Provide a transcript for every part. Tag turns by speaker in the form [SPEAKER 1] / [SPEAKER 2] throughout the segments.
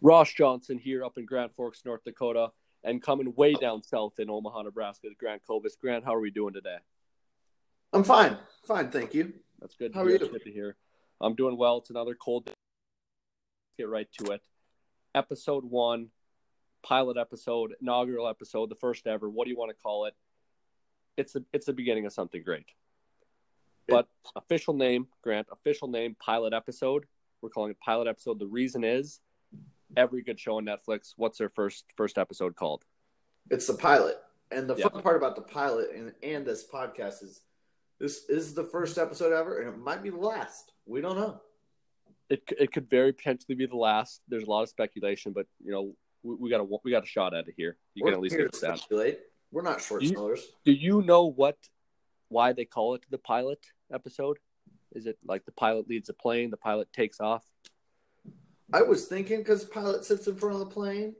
[SPEAKER 1] Ross Johnson here up in Grand Forks, North Dakota, and coming way down south in Omaha, Nebraska to Grant Covis. Grant, how are we doing today?
[SPEAKER 2] I'm fine. Fine, thank you.
[SPEAKER 1] That's good. To
[SPEAKER 2] How are
[SPEAKER 1] hear. It's
[SPEAKER 2] you?
[SPEAKER 1] Good to hear. I'm doing well. It's another cold day. Let's get right to it. Episode one, pilot episode, inaugural episode, the first ever. What do you want to call it? It's the it's the beginning of something great. But official name, Grant. Official name, pilot episode. We're calling it pilot episode. The reason is every good show on Netflix. What's their first first episode called?
[SPEAKER 2] It's the pilot. And the
[SPEAKER 1] Yeah.
[SPEAKER 2] fun part about the pilot and, and this podcast is this is the first episode ever, and it might be the last. We don't know.
[SPEAKER 1] It c- it could very potentially be the last. There's a lot of speculation, but you know we, we got a we got a shot at it here. You
[SPEAKER 2] We're
[SPEAKER 1] can at least
[SPEAKER 2] here
[SPEAKER 1] get
[SPEAKER 2] to
[SPEAKER 1] that.
[SPEAKER 2] speculate. We're not short
[SPEAKER 1] You-
[SPEAKER 2] sellers.
[SPEAKER 1] Do you know what why they call it the pilot episode? Is it like the pilot leads the plane, the pilot takes off?
[SPEAKER 2] I was thinking because pilot sits in front of the plane,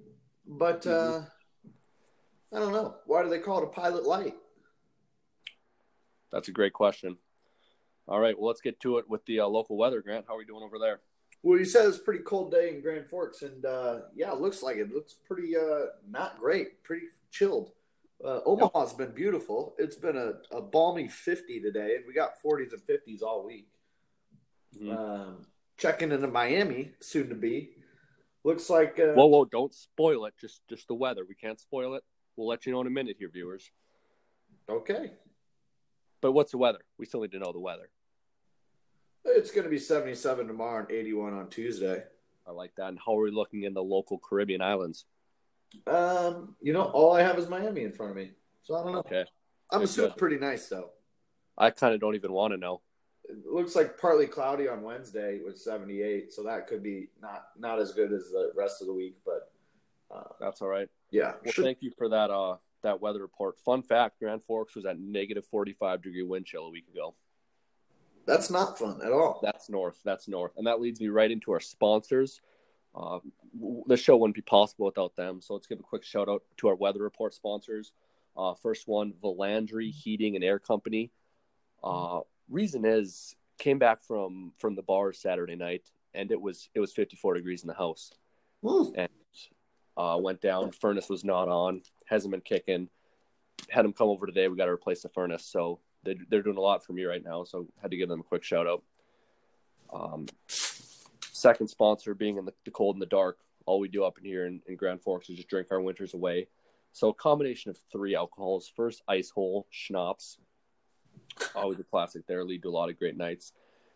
[SPEAKER 2] but
[SPEAKER 1] Mm-hmm.
[SPEAKER 2] uh, I don't know. Why do they call it a pilot light?
[SPEAKER 1] That's a great question. All right, well let's get to it with the uh, local weather, Grant. How are we doing over there?
[SPEAKER 2] Well, you said it's a pretty cold day in Grand Forks, and uh, yeah, it looks like it. looks pretty uh, not great, pretty chilled. Uh, Omaha's been beautiful. It's been a, a balmy 50 today, and we got 40s and 50s all week.
[SPEAKER 1] Mhm.
[SPEAKER 2] Um, checking into Miami, soon to be. Looks like uh,
[SPEAKER 1] Whoa, whoa! Don't spoil it. Just just the weather. We can't spoil it. We'll let you know in a minute here, viewers.
[SPEAKER 2] okay.
[SPEAKER 1] But what's the weather? We still need to know the weather.
[SPEAKER 2] It's going to be 77 tomorrow and 81 on Tuesday.
[SPEAKER 1] I like that. And how are we looking in the local Caribbean islands?
[SPEAKER 2] Um, you know, all I have is Miami in front of me, so I don't know.
[SPEAKER 1] Okay,
[SPEAKER 2] I'm
[SPEAKER 1] Good,
[SPEAKER 2] assuming
[SPEAKER 1] good.
[SPEAKER 2] pretty nice though.
[SPEAKER 1] I kind of don't even want to know.
[SPEAKER 2] It looks like partly cloudy on Wednesday with 78, so that could be not not as good as the rest of the week, but uh,
[SPEAKER 1] That's all right.
[SPEAKER 2] yeah,
[SPEAKER 1] Well,
[SPEAKER 2] should-
[SPEAKER 1] thank you for that uh that weather report. Fun fact: Grand Forks was at negative forty five degree wind chill a week ago.
[SPEAKER 2] that's not fun at all.
[SPEAKER 1] That's north. That's north, and that leads me right into our sponsors. Uh, w- the show wouldn't be possible without them. So let's give a quick shout out to our weather report sponsors. Uh, first one, Valandry Heating and Air Company. Uh, reason is came back from from the bar Saturday night, and it was it was fifty four degrees in the house.
[SPEAKER 2] Hmm.
[SPEAKER 1] uh, went down. Furnace was not on. Hasn't been kicking. Had them come over today. We got to replace the furnace. So they, they're doing a lot for me right now. So had to give them a quick shout out. Um, second sponsor being in the, the cold and the dark. All we do up in here in, in Grand Forks is just drink our winters away. So a combination of three alcohols. First, ice hole schnapps. Always a classic there. Lead to a lot of great nights.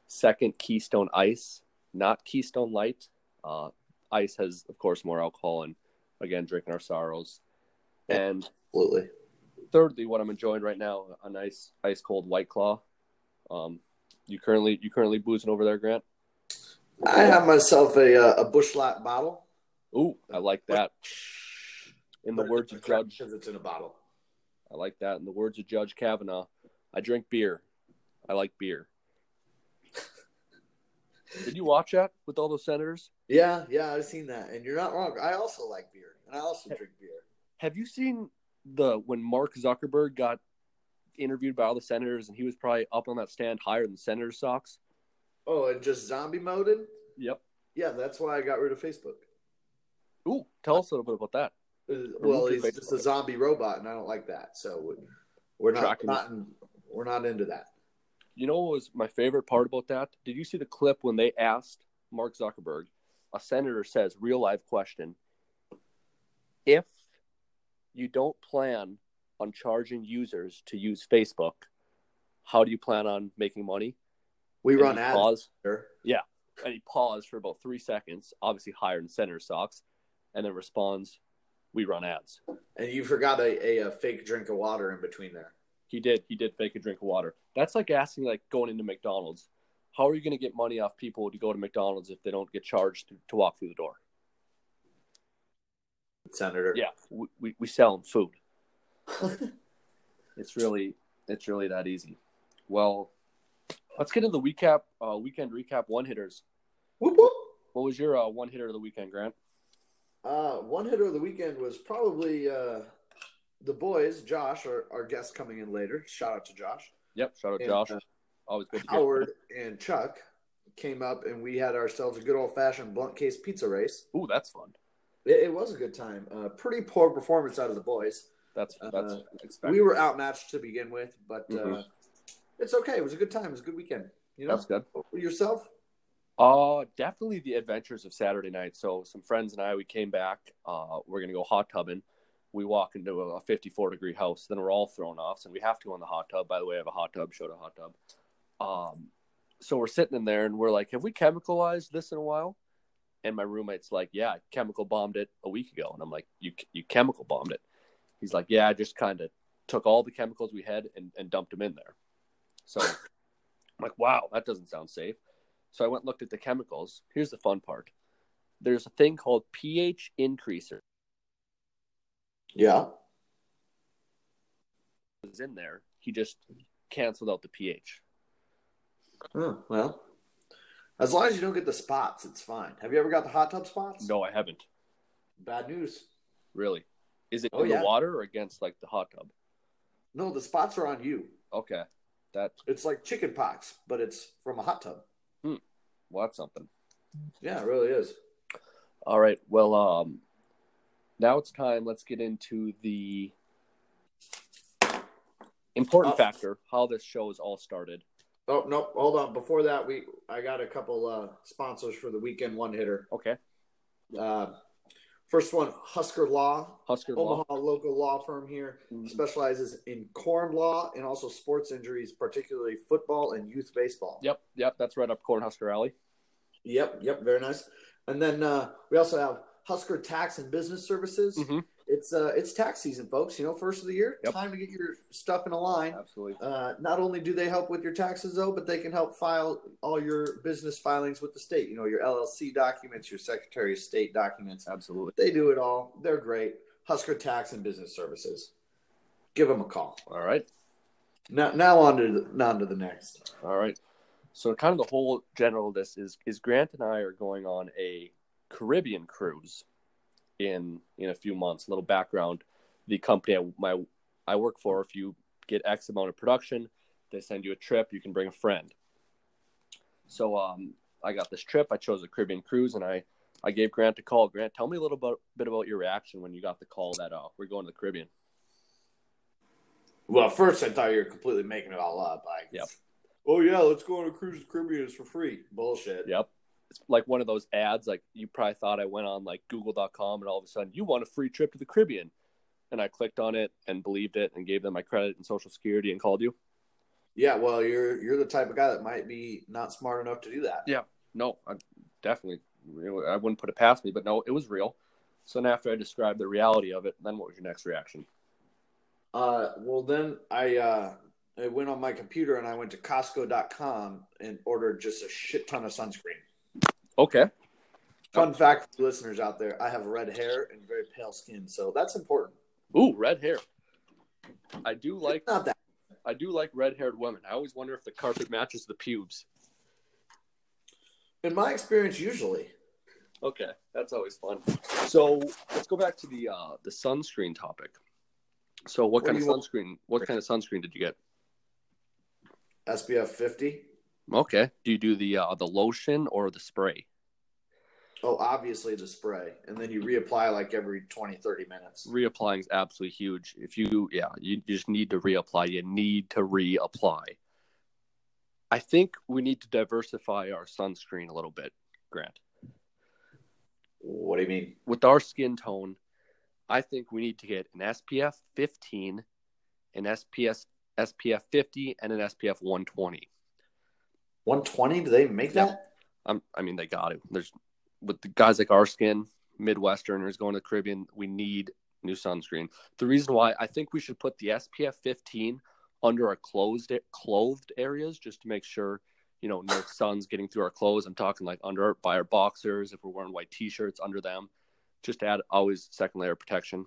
[SPEAKER 1] Second, Keystone Ice, not Keystone Light. Uh, ice has, of course, more alcohol and again drinking our sorrows and
[SPEAKER 2] Absolutely.
[SPEAKER 1] thirdly what i'm enjoying right now a nice ice cold white claw um you currently you currently boozing over there grant
[SPEAKER 2] I have myself a uh, a bush light bottle.
[SPEAKER 1] ooh i like that in the
[SPEAKER 2] But
[SPEAKER 1] words
[SPEAKER 2] it's
[SPEAKER 1] of
[SPEAKER 2] a crap
[SPEAKER 1] judge
[SPEAKER 2] because it's in a bottle.
[SPEAKER 1] i like that in the words of judge kavanaugh i drink beer i like beer did you watch that with all those senators
[SPEAKER 2] Yeah, yeah, I've seen that, and you're not wrong. I also like beer, and I also drink beer.
[SPEAKER 1] have you seen the when mark zuckerberg got interviewed by all the senators and he was probably up on that stand higher than senator socks
[SPEAKER 2] Oh, and just zombie moded?
[SPEAKER 1] yep
[SPEAKER 2] Yeah, that's why I got rid of Facebook.
[SPEAKER 1] ooh tell us a little bit about that
[SPEAKER 2] Uh, Well,
[SPEAKER 1] Remove
[SPEAKER 2] he's
[SPEAKER 1] your
[SPEAKER 2] just
[SPEAKER 1] Facebook.
[SPEAKER 2] a zombie robot, and I don't like that. So we- we're not,
[SPEAKER 1] Tracking.
[SPEAKER 2] not in, we're not into that.
[SPEAKER 1] You know what was my favorite part about that? Did you see the clip when they asked Mark Zuckerberg, a senator says, real live question, if you don't plan on charging users to use Facebook, how do you plan on making money?
[SPEAKER 2] We
[SPEAKER 1] And
[SPEAKER 2] run
[SPEAKER 1] he
[SPEAKER 2] ads.
[SPEAKER 1] paused,
[SPEAKER 2] here.
[SPEAKER 1] and he paused for about three seconds, obviously higher than Senator Socks, and then responds, we run ads.
[SPEAKER 2] and you forgot a, a, a fake drink of water in between there.
[SPEAKER 1] He did. He did fake a drink of water. That's like asking, like going into McDonald's. How are you going to get money off people to go to McDonald's if they don't get charged to, to walk through the door?
[SPEAKER 2] Senator.
[SPEAKER 1] Yeah, we, we, we sell them food. It's really it's really that easy. Well, let's get into the recap. Uh, weekend recap one hitters.
[SPEAKER 2] Whoop, whoop.
[SPEAKER 1] What was your uh, one hitter of the weekend, Grant?
[SPEAKER 2] Uh, one hitter of the weekend was probably uh, the boys, Josh, our, our guest coming in later. Shout out to Josh.
[SPEAKER 1] Yep, shout out
[SPEAKER 2] And,
[SPEAKER 1] Josh.
[SPEAKER 2] uh,
[SPEAKER 1] Always good. To hear.
[SPEAKER 2] Howard and Chuck came up and we had ourselves a good old fashioned blunt case pizza race.
[SPEAKER 1] Ooh, that's fun.
[SPEAKER 2] It, it was a good time. Uh, pretty poor performance out of the boys.
[SPEAKER 1] That's
[SPEAKER 2] Uh,
[SPEAKER 1] that's
[SPEAKER 2] We
[SPEAKER 1] expected.
[SPEAKER 2] were outmatched to begin with, but uh,
[SPEAKER 1] Mhm.
[SPEAKER 2] it's okay. It was a good time. It was a good weekend. You know,
[SPEAKER 1] That's good.
[SPEAKER 2] yourself.
[SPEAKER 1] Uh, definitely the adventures of Saturday night. So some friends and I, we came back. Uh, we're gonna go hot tubbing. We walk into a 54 degree house. Then we're all thrown off, so we have to go in the hot tub. By the way, I have a hot tub. Showed a hot tub. Um, so we're sitting in there and we're like, "Have we chemicalized this in a while?" And my roommate's like, "Yeah, I chemical bombed it a week ago." And I'm like, "You you chemical bombed it?" He's like, "Yeah, I just kind of took all the chemicals we had and, and dumped them in there." So I'm like, "Wow, that doesn't sound safe." So I went and looked at the chemicals. Here's the fun part. There's a thing called pH increaser
[SPEAKER 2] Yeah.
[SPEAKER 1] is in there. He just canceled out the pH.
[SPEAKER 2] Oh, well, as long as you don't get the spots, it's fine. Have you ever got the hot tub spots?
[SPEAKER 1] No, I haven't.
[SPEAKER 2] Bad news.
[SPEAKER 1] Really. Is it
[SPEAKER 2] Oh,
[SPEAKER 1] in
[SPEAKER 2] yeah.
[SPEAKER 1] the water or against like the hot tub?
[SPEAKER 2] No, the spots are on you.
[SPEAKER 1] Okay. That
[SPEAKER 2] It's like chicken pox, but it's from a hot tub.
[SPEAKER 1] well that's something.
[SPEAKER 2] Yeah, it really is.
[SPEAKER 1] All right. Well um now it's time. Let's get into the important
[SPEAKER 2] Oh.
[SPEAKER 1] factor, how this show is all started.
[SPEAKER 2] Oh no, hold on. Before that, we I got a couple uh, sponsors for the weekend one hitter.
[SPEAKER 1] Okay.
[SPEAKER 2] Uh, first one, Husker Law,
[SPEAKER 1] Husker Law.
[SPEAKER 2] Omaha local law firm here, specializes in corn law and also sports injuries, particularly football and youth baseball.
[SPEAKER 1] Yep, yep, that's right up Cornhusker Alley.
[SPEAKER 2] Yep, yep, very nice. And then uh, we also have Husker Tax and Business Services.
[SPEAKER 1] Mhm.
[SPEAKER 2] It's uh, it's tax season, folks. You know, first of the year,
[SPEAKER 1] Yep.
[SPEAKER 2] time to get your stuff in a line.
[SPEAKER 1] Absolutely.
[SPEAKER 2] Uh, not only do they help with your taxes though, but they can help file all your business filings with the state. You know, your LLC documents, your Secretary of State documents.
[SPEAKER 1] Absolutely.
[SPEAKER 2] They do it all. They're great. Husker Tax and Business Services. Give them a call.
[SPEAKER 1] All right.
[SPEAKER 2] Now, now on to the, now on to the next.
[SPEAKER 1] All right. So kind of the whole general of this is is Grant and I are going on a Caribbean cruise in in a few months. A little background: the company I, my I work for, if you get X amount of production, they send you a trip. You can bring a friend. So um, I got this trip. I chose a Caribbean cruise, and I I gave Grant a call. Grant, tell me a little bit, bit about your reaction when you got the call that uh, we're going to the Caribbean.
[SPEAKER 2] Well, first I thought you were completely making it all up. Like,
[SPEAKER 1] Yep.
[SPEAKER 2] oh yeah, let's go on a cruise to the Caribbean. It's for free. Bullshit.
[SPEAKER 1] Yep. It's like one of those ads. Like you probably thought I went on like Google.com and all of a sudden you want a free trip to the Caribbean, and I clicked on it and believed it and gave them my credit and Social Security and called you.
[SPEAKER 2] Yeah. Well, you're you're the type of guy that might be not smart enough to do that.
[SPEAKER 1] No, I definitely I wouldn't put it past me, but no, it was real. So then after I described the reality of it, then what was your next reaction?
[SPEAKER 2] Uh, well, then I uh, I went on my computer and I went to Costco.com and ordered just a shit ton of sunscreen.
[SPEAKER 1] Okay.
[SPEAKER 2] Fun fact for the listeners out there: I have red hair and very pale skin, so that's important.
[SPEAKER 1] Ooh, red hair. I do like
[SPEAKER 2] It's not that.
[SPEAKER 1] I do like red haired women. I always wonder if the carpet matches the pubes.
[SPEAKER 2] In my experience, usually.
[SPEAKER 1] Okay, that's always fun. So let's go back to the uh, the sunscreen topic. So what,
[SPEAKER 2] What
[SPEAKER 1] kind
[SPEAKER 2] do
[SPEAKER 1] of
[SPEAKER 2] you want?
[SPEAKER 1] sunscreen? What kind of sunscreen did you get?
[SPEAKER 2] SPF 50.
[SPEAKER 1] Okay, do you do the uh, the lotion or the spray?
[SPEAKER 2] Oh, obviously the spray. And then you reapply like every 20, 30 minutes.
[SPEAKER 1] Reapplying is absolutely huge. If you yeah, you just need to reapply. You need to reapply. I think we need to diversify our sunscreen a little bit, Grant.
[SPEAKER 2] What do you mean?
[SPEAKER 1] With our skin tone, I think we need to get an SPF 15, an SPS SPF 50, and an SPF 120.
[SPEAKER 2] 120? Do they make
[SPEAKER 1] Yeah.
[SPEAKER 2] that?
[SPEAKER 1] I'm, I mean, they got it. There's with the guys like our skin, Midwesterners going to the Caribbean, we need new sunscreen. The reason why I think we should put the SPF 15 under our closed clothed areas just to make sure you know no sun's getting through our clothes. I'm talking like under by our boxers if we're wearing white t-shirts under them, just to add always second layer of protection.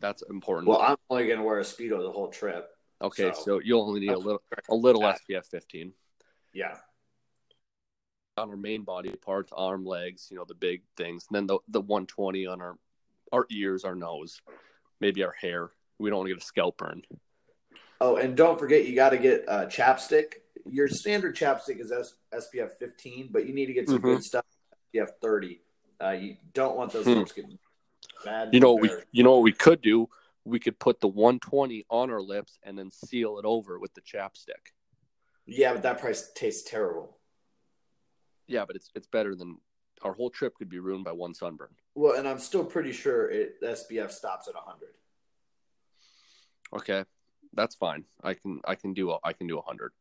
[SPEAKER 1] That's important.
[SPEAKER 2] Well, I'm only going to wear a Speedo the whole trip.
[SPEAKER 1] okay,
[SPEAKER 2] so-
[SPEAKER 1] so, you'll only need a little a little SPF 15.
[SPEAKER 2] Yeah.
[SPEAKER 1] on our main body parts, arm, legs, you know, the big things. And then the the 120 on our our ears, our nose, maybe our hair. We don't want to get a scalp burn.
[SPEAKER 2] Oh, and don't forget, you got to get uh, chapstick. your standard chapstick is S- SPF 15, but you need to get some
[SPEAKER 1] Mhm.
[SPEAKER 2] good stuff. SPF 30. Uh, you don't want those
[SPEAKER 1] Hmm.
[SPEAKER 2] things getting bad.
[SPEAKER 1] You know what we
[SPEAKER 2] there.
[SPEAKER 1] you know what we could do? We could put the 120 on our lips and then seal it over with the chapstick.
[SPEAKER 2] Yeah, but that price tastes terrible.
[SPEAKER 1] Yeah, but it's it's better than our whole trip could be ruined by one sunburn.
[SPEAKER 2] Well, and I'm still pretty sure it SPF stops at 100.
[SPEAKER 1] Okay, that's fine. I can I can do a, I can do 100.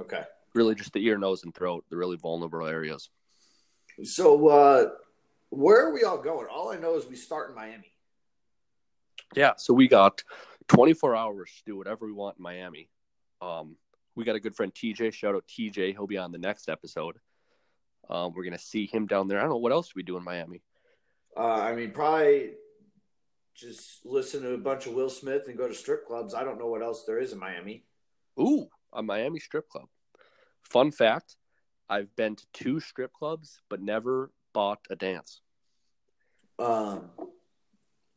[SPEAKER 2] Okay.
[SPEAKER 1] Really, just the ear, nose, and throat, the really vulnerable areas.
[SPEAKER 2] So, uh, where are we all going? All I know is we start in Miami.
[SPEAKER 1] Yeah, so we got 24 hours to do whatever we want in Miami. Um, we got a good friend TJ. Shout out TJ. He'll be on the next episode. Um, we're gonna see him down there. I don't know what else do we do in Miami.
[SPEAKER 2] Uh, I mean, probably just listen to a bunch of Will Smith and go to strip clubs. I don't know what else there is in Miami.
[SPEAKER 1] Ooh, a Miami strip club. Fun fact: I've been to two strip clubs, but never bought a dance.
[SPEAKER 2] Um,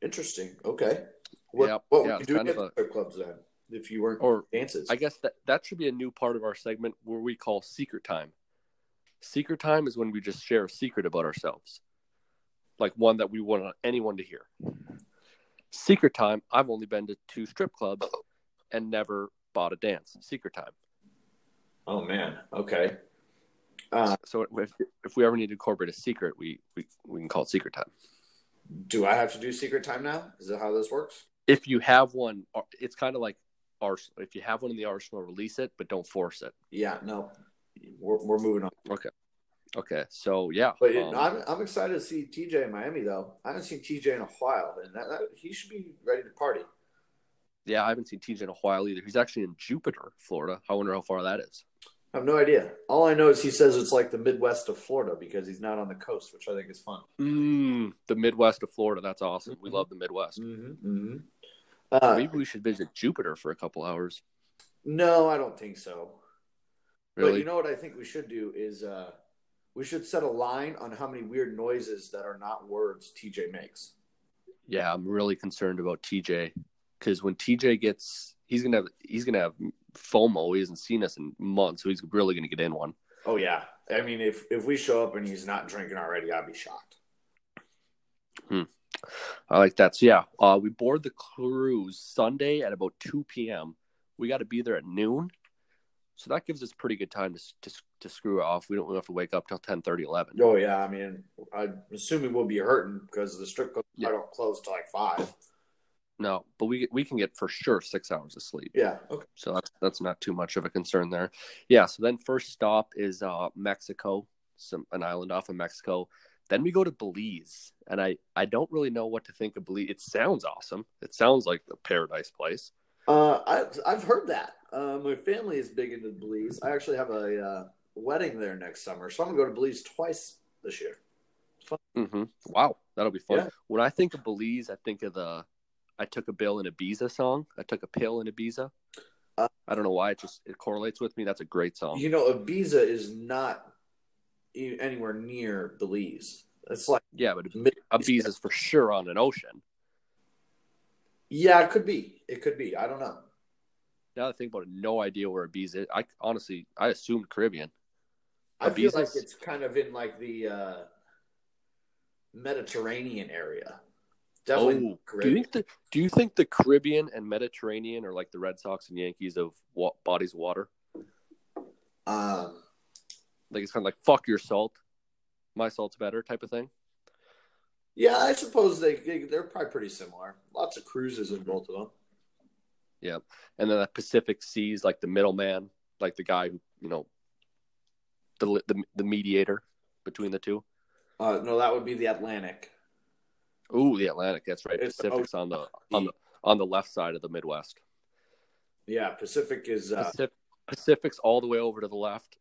[SPEAKER 2] interesting. Okay. What,
[SPEAKER 1] Yep. Yeah,
[SPEAKER 2] what
[SPEAKER 1] it's
[SPEAKER 2] would you do
[SPEAKER 1] kind
[SPEAKER 2] at
[SPEAKER 1] of
[SPEAKER 2] the
[SPEAKER 1] a-
[SPEAKER 2] strip clubs then if you weren't
[SPEAKER 1] Or
[SPEAKER 2] dances?
[SPEAKER 1] I guess that that should be a new part of our segment where we call secret time. Secret time is when we just share a secret about ourselves, like one that we wouldn't want anyone to hear. Secret time. I've only been to two strip clubs and never bought a dance. Secret time.
[SPEAKER 2] oh, man. Okay. Uh, Ah.
[SPEAKER 1] So if, if we ever need to incorporate a secret, we, we we can call it secret time.
[SPEAKER 2] Do I have to do secret time now? Is that how this works?
[SPEAKER 1] If you have one, uh, it's kind of like arsenal. If you have one in the arsenal, release it, but don't force it.
[SPEAKER 2] Yeah, no. We're, we're moving on.
[SPEAKER 1] Okay. So yeah.
[SPEAKER 2] But
[SPEAKER 1] um,
[SPEAKER 2] I'm, I'm excited to see TJ in Miami, though. I haven't seen TJ in a while, and that, that, he should be ready to party.
[SPEAKER 1] Yeah, I haven't seen TJ in a while either. He's actually in Jupiter, Florida. I wonder how far that is.
[SPEAKER 2] I have no idea. All I know is he says it's like the Midwest of Florida because he's not on the coast, which I think is fun. Hmm.
[SPEAKER 1] Mm, the Midwest of Florida. That's awesome. We love the Midwest.
[SPEAKER 2] Mm-hmm. Mm-hmm. Uh,
[SPEAKER 1] Maybe we should visit Jupiter for a couple hours.
[SPEAKER 2] no, I don't think so. But
[SPEAKER 1] Really?
[SPEAKER 2] you know what I think we should do is uh, we should set a line on how many weird noises that are not words TJ makes.
[SPEAKER 1] yeah, I'm really concerned about TJ because when TJ gets, he's gonna have, he's gonna have FOMO. He hasn't seen us in months, so he's really gonna get in one.
[SPEAKER 2] Oh yeah, I mean if if we show up and he's not drinking already, I'd be shocked.
[SPEAKER 1] I like that. So yeah, uh, we board the cruise Sunday at about 2 p.m. We got to be there at noon, so that gives us pretty good time to s- to, s- to screw off. We don't we don't have to wake up till 10, 11.
[SPEAKER 2] Oh yeah, I mean I'm assuming we'll be hurting because the strip club
[SPEAKER 1] Yeah.
[SPEAKER 2] I don't close till like five.
[SPEAKER 1] No, but we we can get for sure six hours of sleep,
[SPEAKER 2] Yeah. Okay.
[SPEAKER 1] so that's that's not too much of a concern there. Yeah. So then first stop is uh, Mexico, some an island off of Mexico. Then we go to Belize, and I I don't really know what to think of Belize. It sounds awesome. It sounds like a paradise place.
[SPEAKER 2] Uh, I I've heard that. Uh, my family is big into Belize. I actually have a uh, wedding there next summer, so I'm gonna go to Belize twice this year.
[SPEAKER 1] hmm Wow, that'll be fun.
[SPEAKER 2] Yeah.
[SPEAKER 1] When I think of Belize, I think of the I took a bill in Ibiza song. I took a pill in Ibiza.
[SPEAKER 2] Uh,
[SPEAKER 1] I don't know why it just it correlates with me. That's a great song.
[SPEAKER 2] You know, Ibiza is not e- anywhere near Belize. It's like
[SPEAKER 1] yeah, but
[SPEAKER 2] mid-
[SPEAKER 1] Ibiza's for sure on an ocean.
[SPEAKER 2] yeah, it could be. It could be. I don't know.
[SPEAKER 1] Now that I think about it, no idea where Ibiza. Is. I honestly, I assumed Caribbean.
[SPEAKER 2] I feel like
[SPEAKER 1] Ibiza's-
[SPEAKER 2] it's kind of in like the uh, Mediterranean area. Definitely
[SPEAKER 1] oh, do you
[SPEAKER 2] Caribbean.
[SPEAKER 1] think the do you think the Caribbean and Mediterranean are like the Red Sox and Yankees of wa- bodies of water?
[SPEAKER 2] Um,
[SPEAKER 1] Like it's kind of like fuck your salt, my salt's better type of thing.
[SPEAKER 2] yeah, I suppose they, they they're probably pretty similar. Lots of cruises in both of them.
[SPEAKER 1] and then the Pacific Seas, like the middleman, like the guy who you know, the the the mediator between the two.
[SPEAKER 2] Uh, no, that would be the Atlantic.
[SPEAKER 1] Ooh, the Atlantic. That's right.
[SPEAKER 2] It's-
[SPEAKER 1] Pacific's on the on the on the left side of the Midwest.
[SPEAKER 2] Yeah, Pacific is uh,
[SPEAKER 1] Pacif- Pacific's all the way over to the left.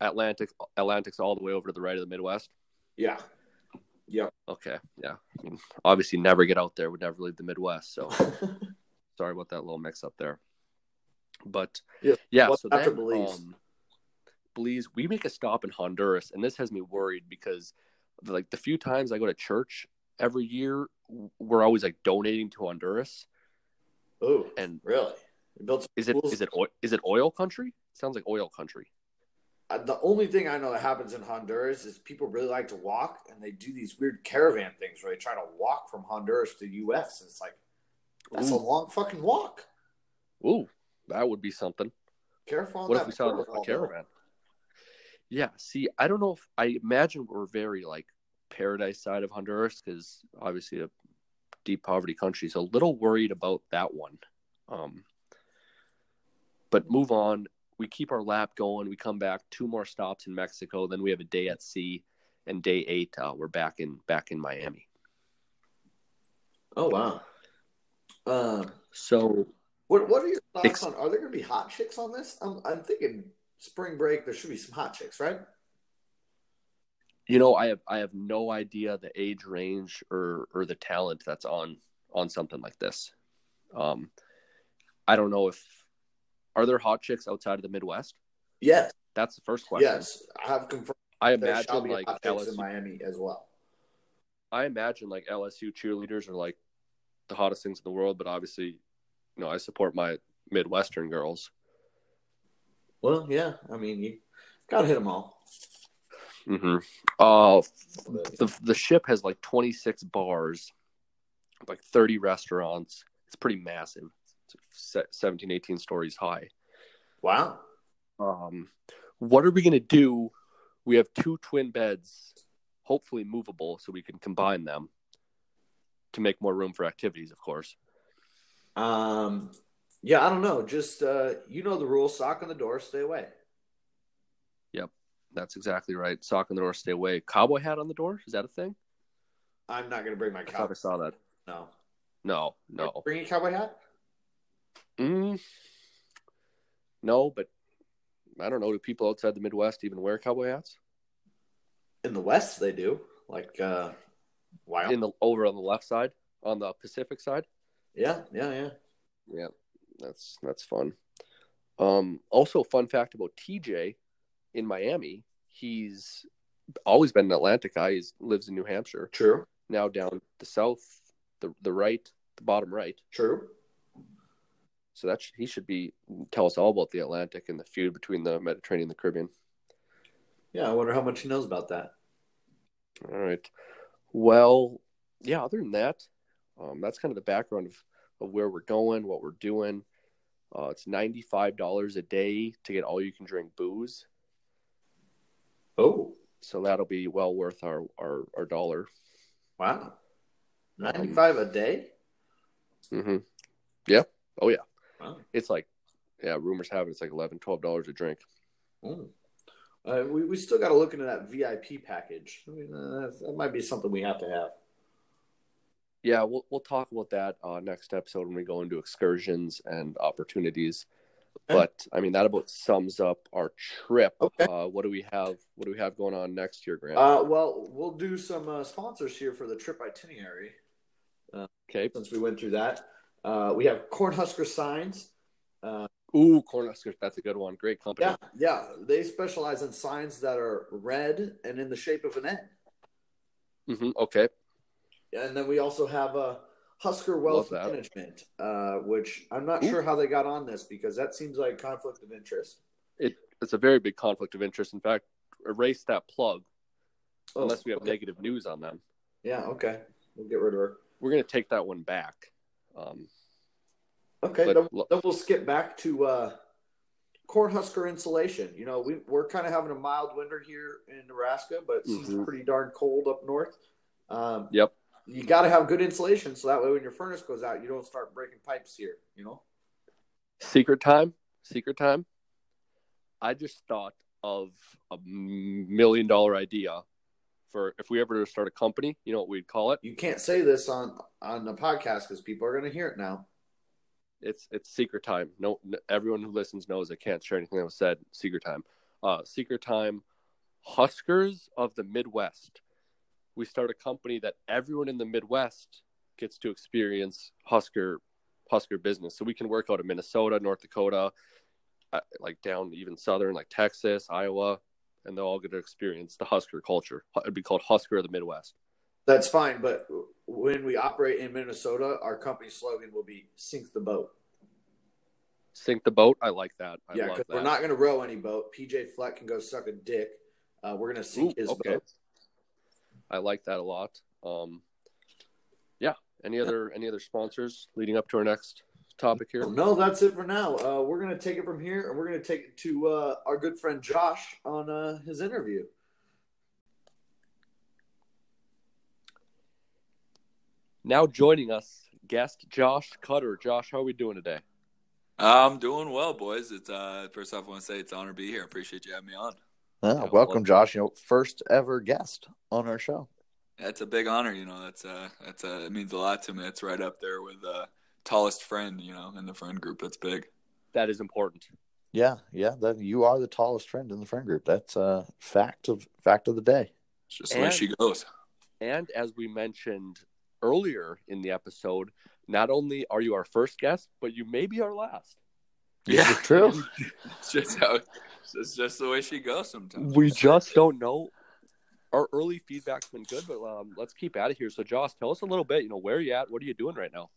[SPEAKER 1] Atlantic Atlantic's all the way over to the right of the Midwest.
[SPEAKER 2] yeah.
[SPEAKER 1] Okay, yeah. I mean, obviously, never get out there. Would never leave the Midwest. So sorry about that little mix up there. But
[SPEAKER 2] Yeah,
[SPEAKER 1] yeah,
[SPEAKER 2] what's
[SPEAKER 1] so
[SPEAKER 2] after
[SPEAKER 1] then,
[SPEAKER 2] Belize?
[SPEAKER 1] Um, Belize, we make a stop in Honduras, and this has me worried because, like, the few times I go to church every year, we're always like donating to Honduras.
[SPEAKER 2] oh,
[SPEAKER 1] And
[SPEAKER 2] really? They built some
[SPEAKER 1] is it
[SPEAKER 2] schools?
[SPEAKER 1] is it oil, is it oil country? Sounds like oil country.
[SPEAKER 2] Uh, The only thing I know that happens in Honduras is people really like to walk, and they do these weird caravan things where they try to walk from Honduras to the U.S. And it's like that's a
[SPEAKER 1] Ooh,
[SPEAKER 2] long fucking walk.
[SPEAKER 1] ooh, that would be something.
[SPEAKER 2] Careful on
[SPEAKER 1] What
[SPEAKER 2] that.
[SPEAKER 1] if we saw
[SPEAKER 2] border,
[SPEAKER 1] a
[SPEAKER 2] although.
[SPEAKER 1] caravan? Yeah, see, I don't know if I imagine we're very like paradise side of Honduras because obviously a deep poverty country. So a little worried about that one. Um, but move on. We keep our lap going. We come back two more stops in Mexico. Then we have a day at sea, and day eight uh, we're back in back in Miami.
[SPEAKER 2] Oh wow. Um,
[SPEAKER 1] So
[SPEAKER 2] what what are your thoughts
[SPEAKER 1] Ex-
[SPEAKER 2] on? Are there going to be hot chicks on this? I'm I'm thinking spring break. There should be some hot chicks, right?
[SPEAKER 1] you know i have i have no idea the age range or or the talent that's on on something like this um i don't know if are there hot chicks outside of the midwest
[SPEAKER 2] Yes,
[SPEAKER 1] that's the first question
[SPEAKER 2] yes. I have confirmed
[SPEAKER 1] i
[SPEAKER 2] there shall
[SPEAKER 1] imagine
[SPEAKER 2] be
[SPEAKER 1] like
[SPEAKER 2] hot chicks in
[SPEAKER 1] LSU,
[SPEAKER 2] Miami as well.
[SPEAKER 1] i imagine like lsu cheerleaders are like the hottest things in the world but obviously you know i support my midwestern girls
[SPEAKER 2] Well, yeah. I mean, you gotta hit them all.
[SPEAKER 1] mm-hmm. uh the the ship has like 26 bars like 30 restaurants it's pretty massive it's se- 17 18 stories high
[SPEAKER 2] Wow.
[SPEAKER 1] um what are we going to do we have two twin beds hopefully movable so we can combine them to make more room for activities of course
[SPEAKER 2] Um, yeah, I don't know. Just uh, you know the rules: sock on the door, stay away.
[SPEAKER 1] that's exactly right sock on the door stay away cowboy hat on the door is that a thing
[SPEAKER 2] I'm not gonna bring my
[SPEAKER 1] i thought
[SPEAKER 2] cowboy.
[SPEAKER 1] i saw that
[SPEAKER 2] No,
[SPEAKER 1] no no
[SPEAKER 2] Bring your cowboy hat.
[SPEAKER 1] mm, no but i don't know do people outside the midwest even wear cowboy hats
[SPEAKER 2] In the West, they do. Like, uh, wow.
[SPEAKER 1] in the over on the left side on the pacific side
[SPEAKER 2] yeah, yeah, yeah.
[SPEAKER 1] yeah that's that's fun um also fun fact about tj in miami he's always been an atlantic guy he lives in new hampshire
[SPEAKER 2] True,
[SPEAKER 1] now down the south the the right the bottom right
[SPEAKER 2] true.
[SPEAKER 1] so that should, he should be tell us all about the atlantic and the feud between the mediterranean and the caribbean
[SPEAKER 2] Yeah, I wonder how much he knows about that.
[SPEAKER 1] all right well yeah other than that um, that's kind of the background of, of where we're going what we're doing Uh, it's ninety-five dollars a day to get all you can drink booze,
[SPEAKER 2] Oh,
[SPEAKER 1] so that'll be well worth our our, our dollar.
[SPEAKER 2] wow. 95 a day?
[SPEAKER 1] Mm-hmm. Yeah. Oh yeah.
[SPEAKER 2] Wow.
[SPEAKER 1] It's like, yeah. Rumors have it it's like 11 dollars a drink.
[SPEAKER 2] Mm. Uh, we, we still got to look into that VIP package. I mean, uh, that's- that might be something we have to have.
[SPEAKER 1] Yeah, we'll we'll talk about that uh, next episode when we go into excursions and opportunities.
[SPEAKER 2] Okay.
[SPEAKER 1] But I mean, that about sums up our trip.
[SPEAKER 2] Okay.
[SPEAKER 1] Uh, what do we have? What do we have going on next year, Grant?
[SPEAKER 2] Uh, well, we'll do some uh, sponsors here for the trip itinerary
[SPEAKER 1] okay.
[SPEAKER 2] since we went through that. Uh, we have Cornhusker Signs.
[SPEAKER 1] Ooh, Cornhuskers. That's a good one. Great company.
[SPEAKER 2] Yeah, yeah. They specialize in signs that are red and in the shape of an N.
[SPEAKER 1] hmm Okay.
[SPEAKER 2] And then we also have uh, Husker Wealth
[SPEAKER 1] Love that.
[SPEAKER 2] Management, uh, which I'm not
[SPEAKER 1] Ooh.
[SPEAKER 2] sure how they got on this because that seems like conflict of interest.
[SPEAKER 1] It's a very big conflict of interest. In fact, erase that plug.
[SPEAKER 2] Oh,
[SPEAKER 1] unless we have
[SPEAKER 2] okay.
[SPEAKER 1] negative news on them.
[SPEAKER 2] Yeah, okay. We'll get rid of her.
[SPEAKER 1] We're going to take that one back. Um,
[SPEAKER 2] Okay,
[SPEAKER 1] But
[SPEAKER 2] then,
[SPEAKER 1] lo-
[SPEAKER 2] then we'll skip back to uh, Cornhusker insulation. You know, we, we're kind of having a mild winter here in Nebraska, but it seems
[SPEAKER 1] Mhm.
[SPEAKER 2] pretty darn cold up north. Um,
[SPEAKER 1] Yep.
[SPEAKER 2] You got to have good insulation so that way when your furnace goes out, you don't start breaking pipes here, you know?
[SPEAKER 1] secret time, secret time. I just thought of a million dollar idea for if we ever start a company, you know what we'd call it?
[SPEAKER 2] You can't say this on on the podcast because people are going to hear it now.
[SPEAKER 1] It's it's secret time. No, n- everyone who listens knows I can't share anything that was said. Secret time. Uh, secret time. Huskers of the Midwest. We start a company that everyone in the Midwest gets to experience Husker Husker business. So we can work out of Minnesota, North Dakota, uh, like down even southern, like Texas, Iowa, and they'll all get to experience the Husker culture. Hu- It'd be called Husker of the Midwest.
[SPEAKER 2] That's fine, but when we operate in Minnesota, our company slogan will be "Sink the boat."
[SPEAKER 1] Sink the boat. I like that. I
[SPEAKER 2] yeah,
[SPEAKER 1] love
[SPEAKER 2] because
[SPEAKER 1] that.
[SPEAKER 2] we're not going to row any boat. PJ Fleck can go suck a dick. Uh, we're going to sink
[SPEAKER 1] Ooh,
[SPEAKER 2] his
[SPEAKER 1] okay.
[SPEAKER 2] boat.
[SPEAKER 1] I like that a lot. Um, yeah. Any other any other sponsors leading up to our next topic here?
[SPEAKER 2] No, that's it for now. Uh, we're going to take it from here, and we're going to take it to uh, our good friend Josh on uh, his interview.
[SPEAKER 1] Now joining us, guest Josh Cutter. Josh, how are we doing today?
[SPEAKER 3] I'm doing well, boys. It's uh first off I want to say it's an honor to be here. Appreciate you having me on.
[SPEAKER 4] Yeah,
[SPEAKER 1] well-
[SPEAKER 4] welcome,
[SPEAKER 3] uh,
[SPEAKER 4] Josh. You know, first ever guest on our show.
[SPEAKER 3] That's a big honor, you know. That's uh that's uh it means a lot to me. It's right up there with uh tallest friend, you know, in the friend group. That's big.
[SPEAKER 1] That is important.
[SPEAKER 4] Yeah, yeah. That you are the tallest friend in the friend group. That's uh, fact of fact of the day.
[SPEAKER 3] It's just the way
[SPEAKER 1] And-
[SPEAKER 3] she goes.
[SPEAKER 1] And as we mentioned earlier in the episode, not only are you our first guest, but you may be our last.
[SPEAKER 4] This is true.
[SPEAKER 3] it's just how it's just the way she goes sometimes.
[SPEAKER 1] We just don't know. Our early feedback's been good, but um, let's keep out of here. So, Josh, tell us a little bit. You know, where are you at? What are you doing right now?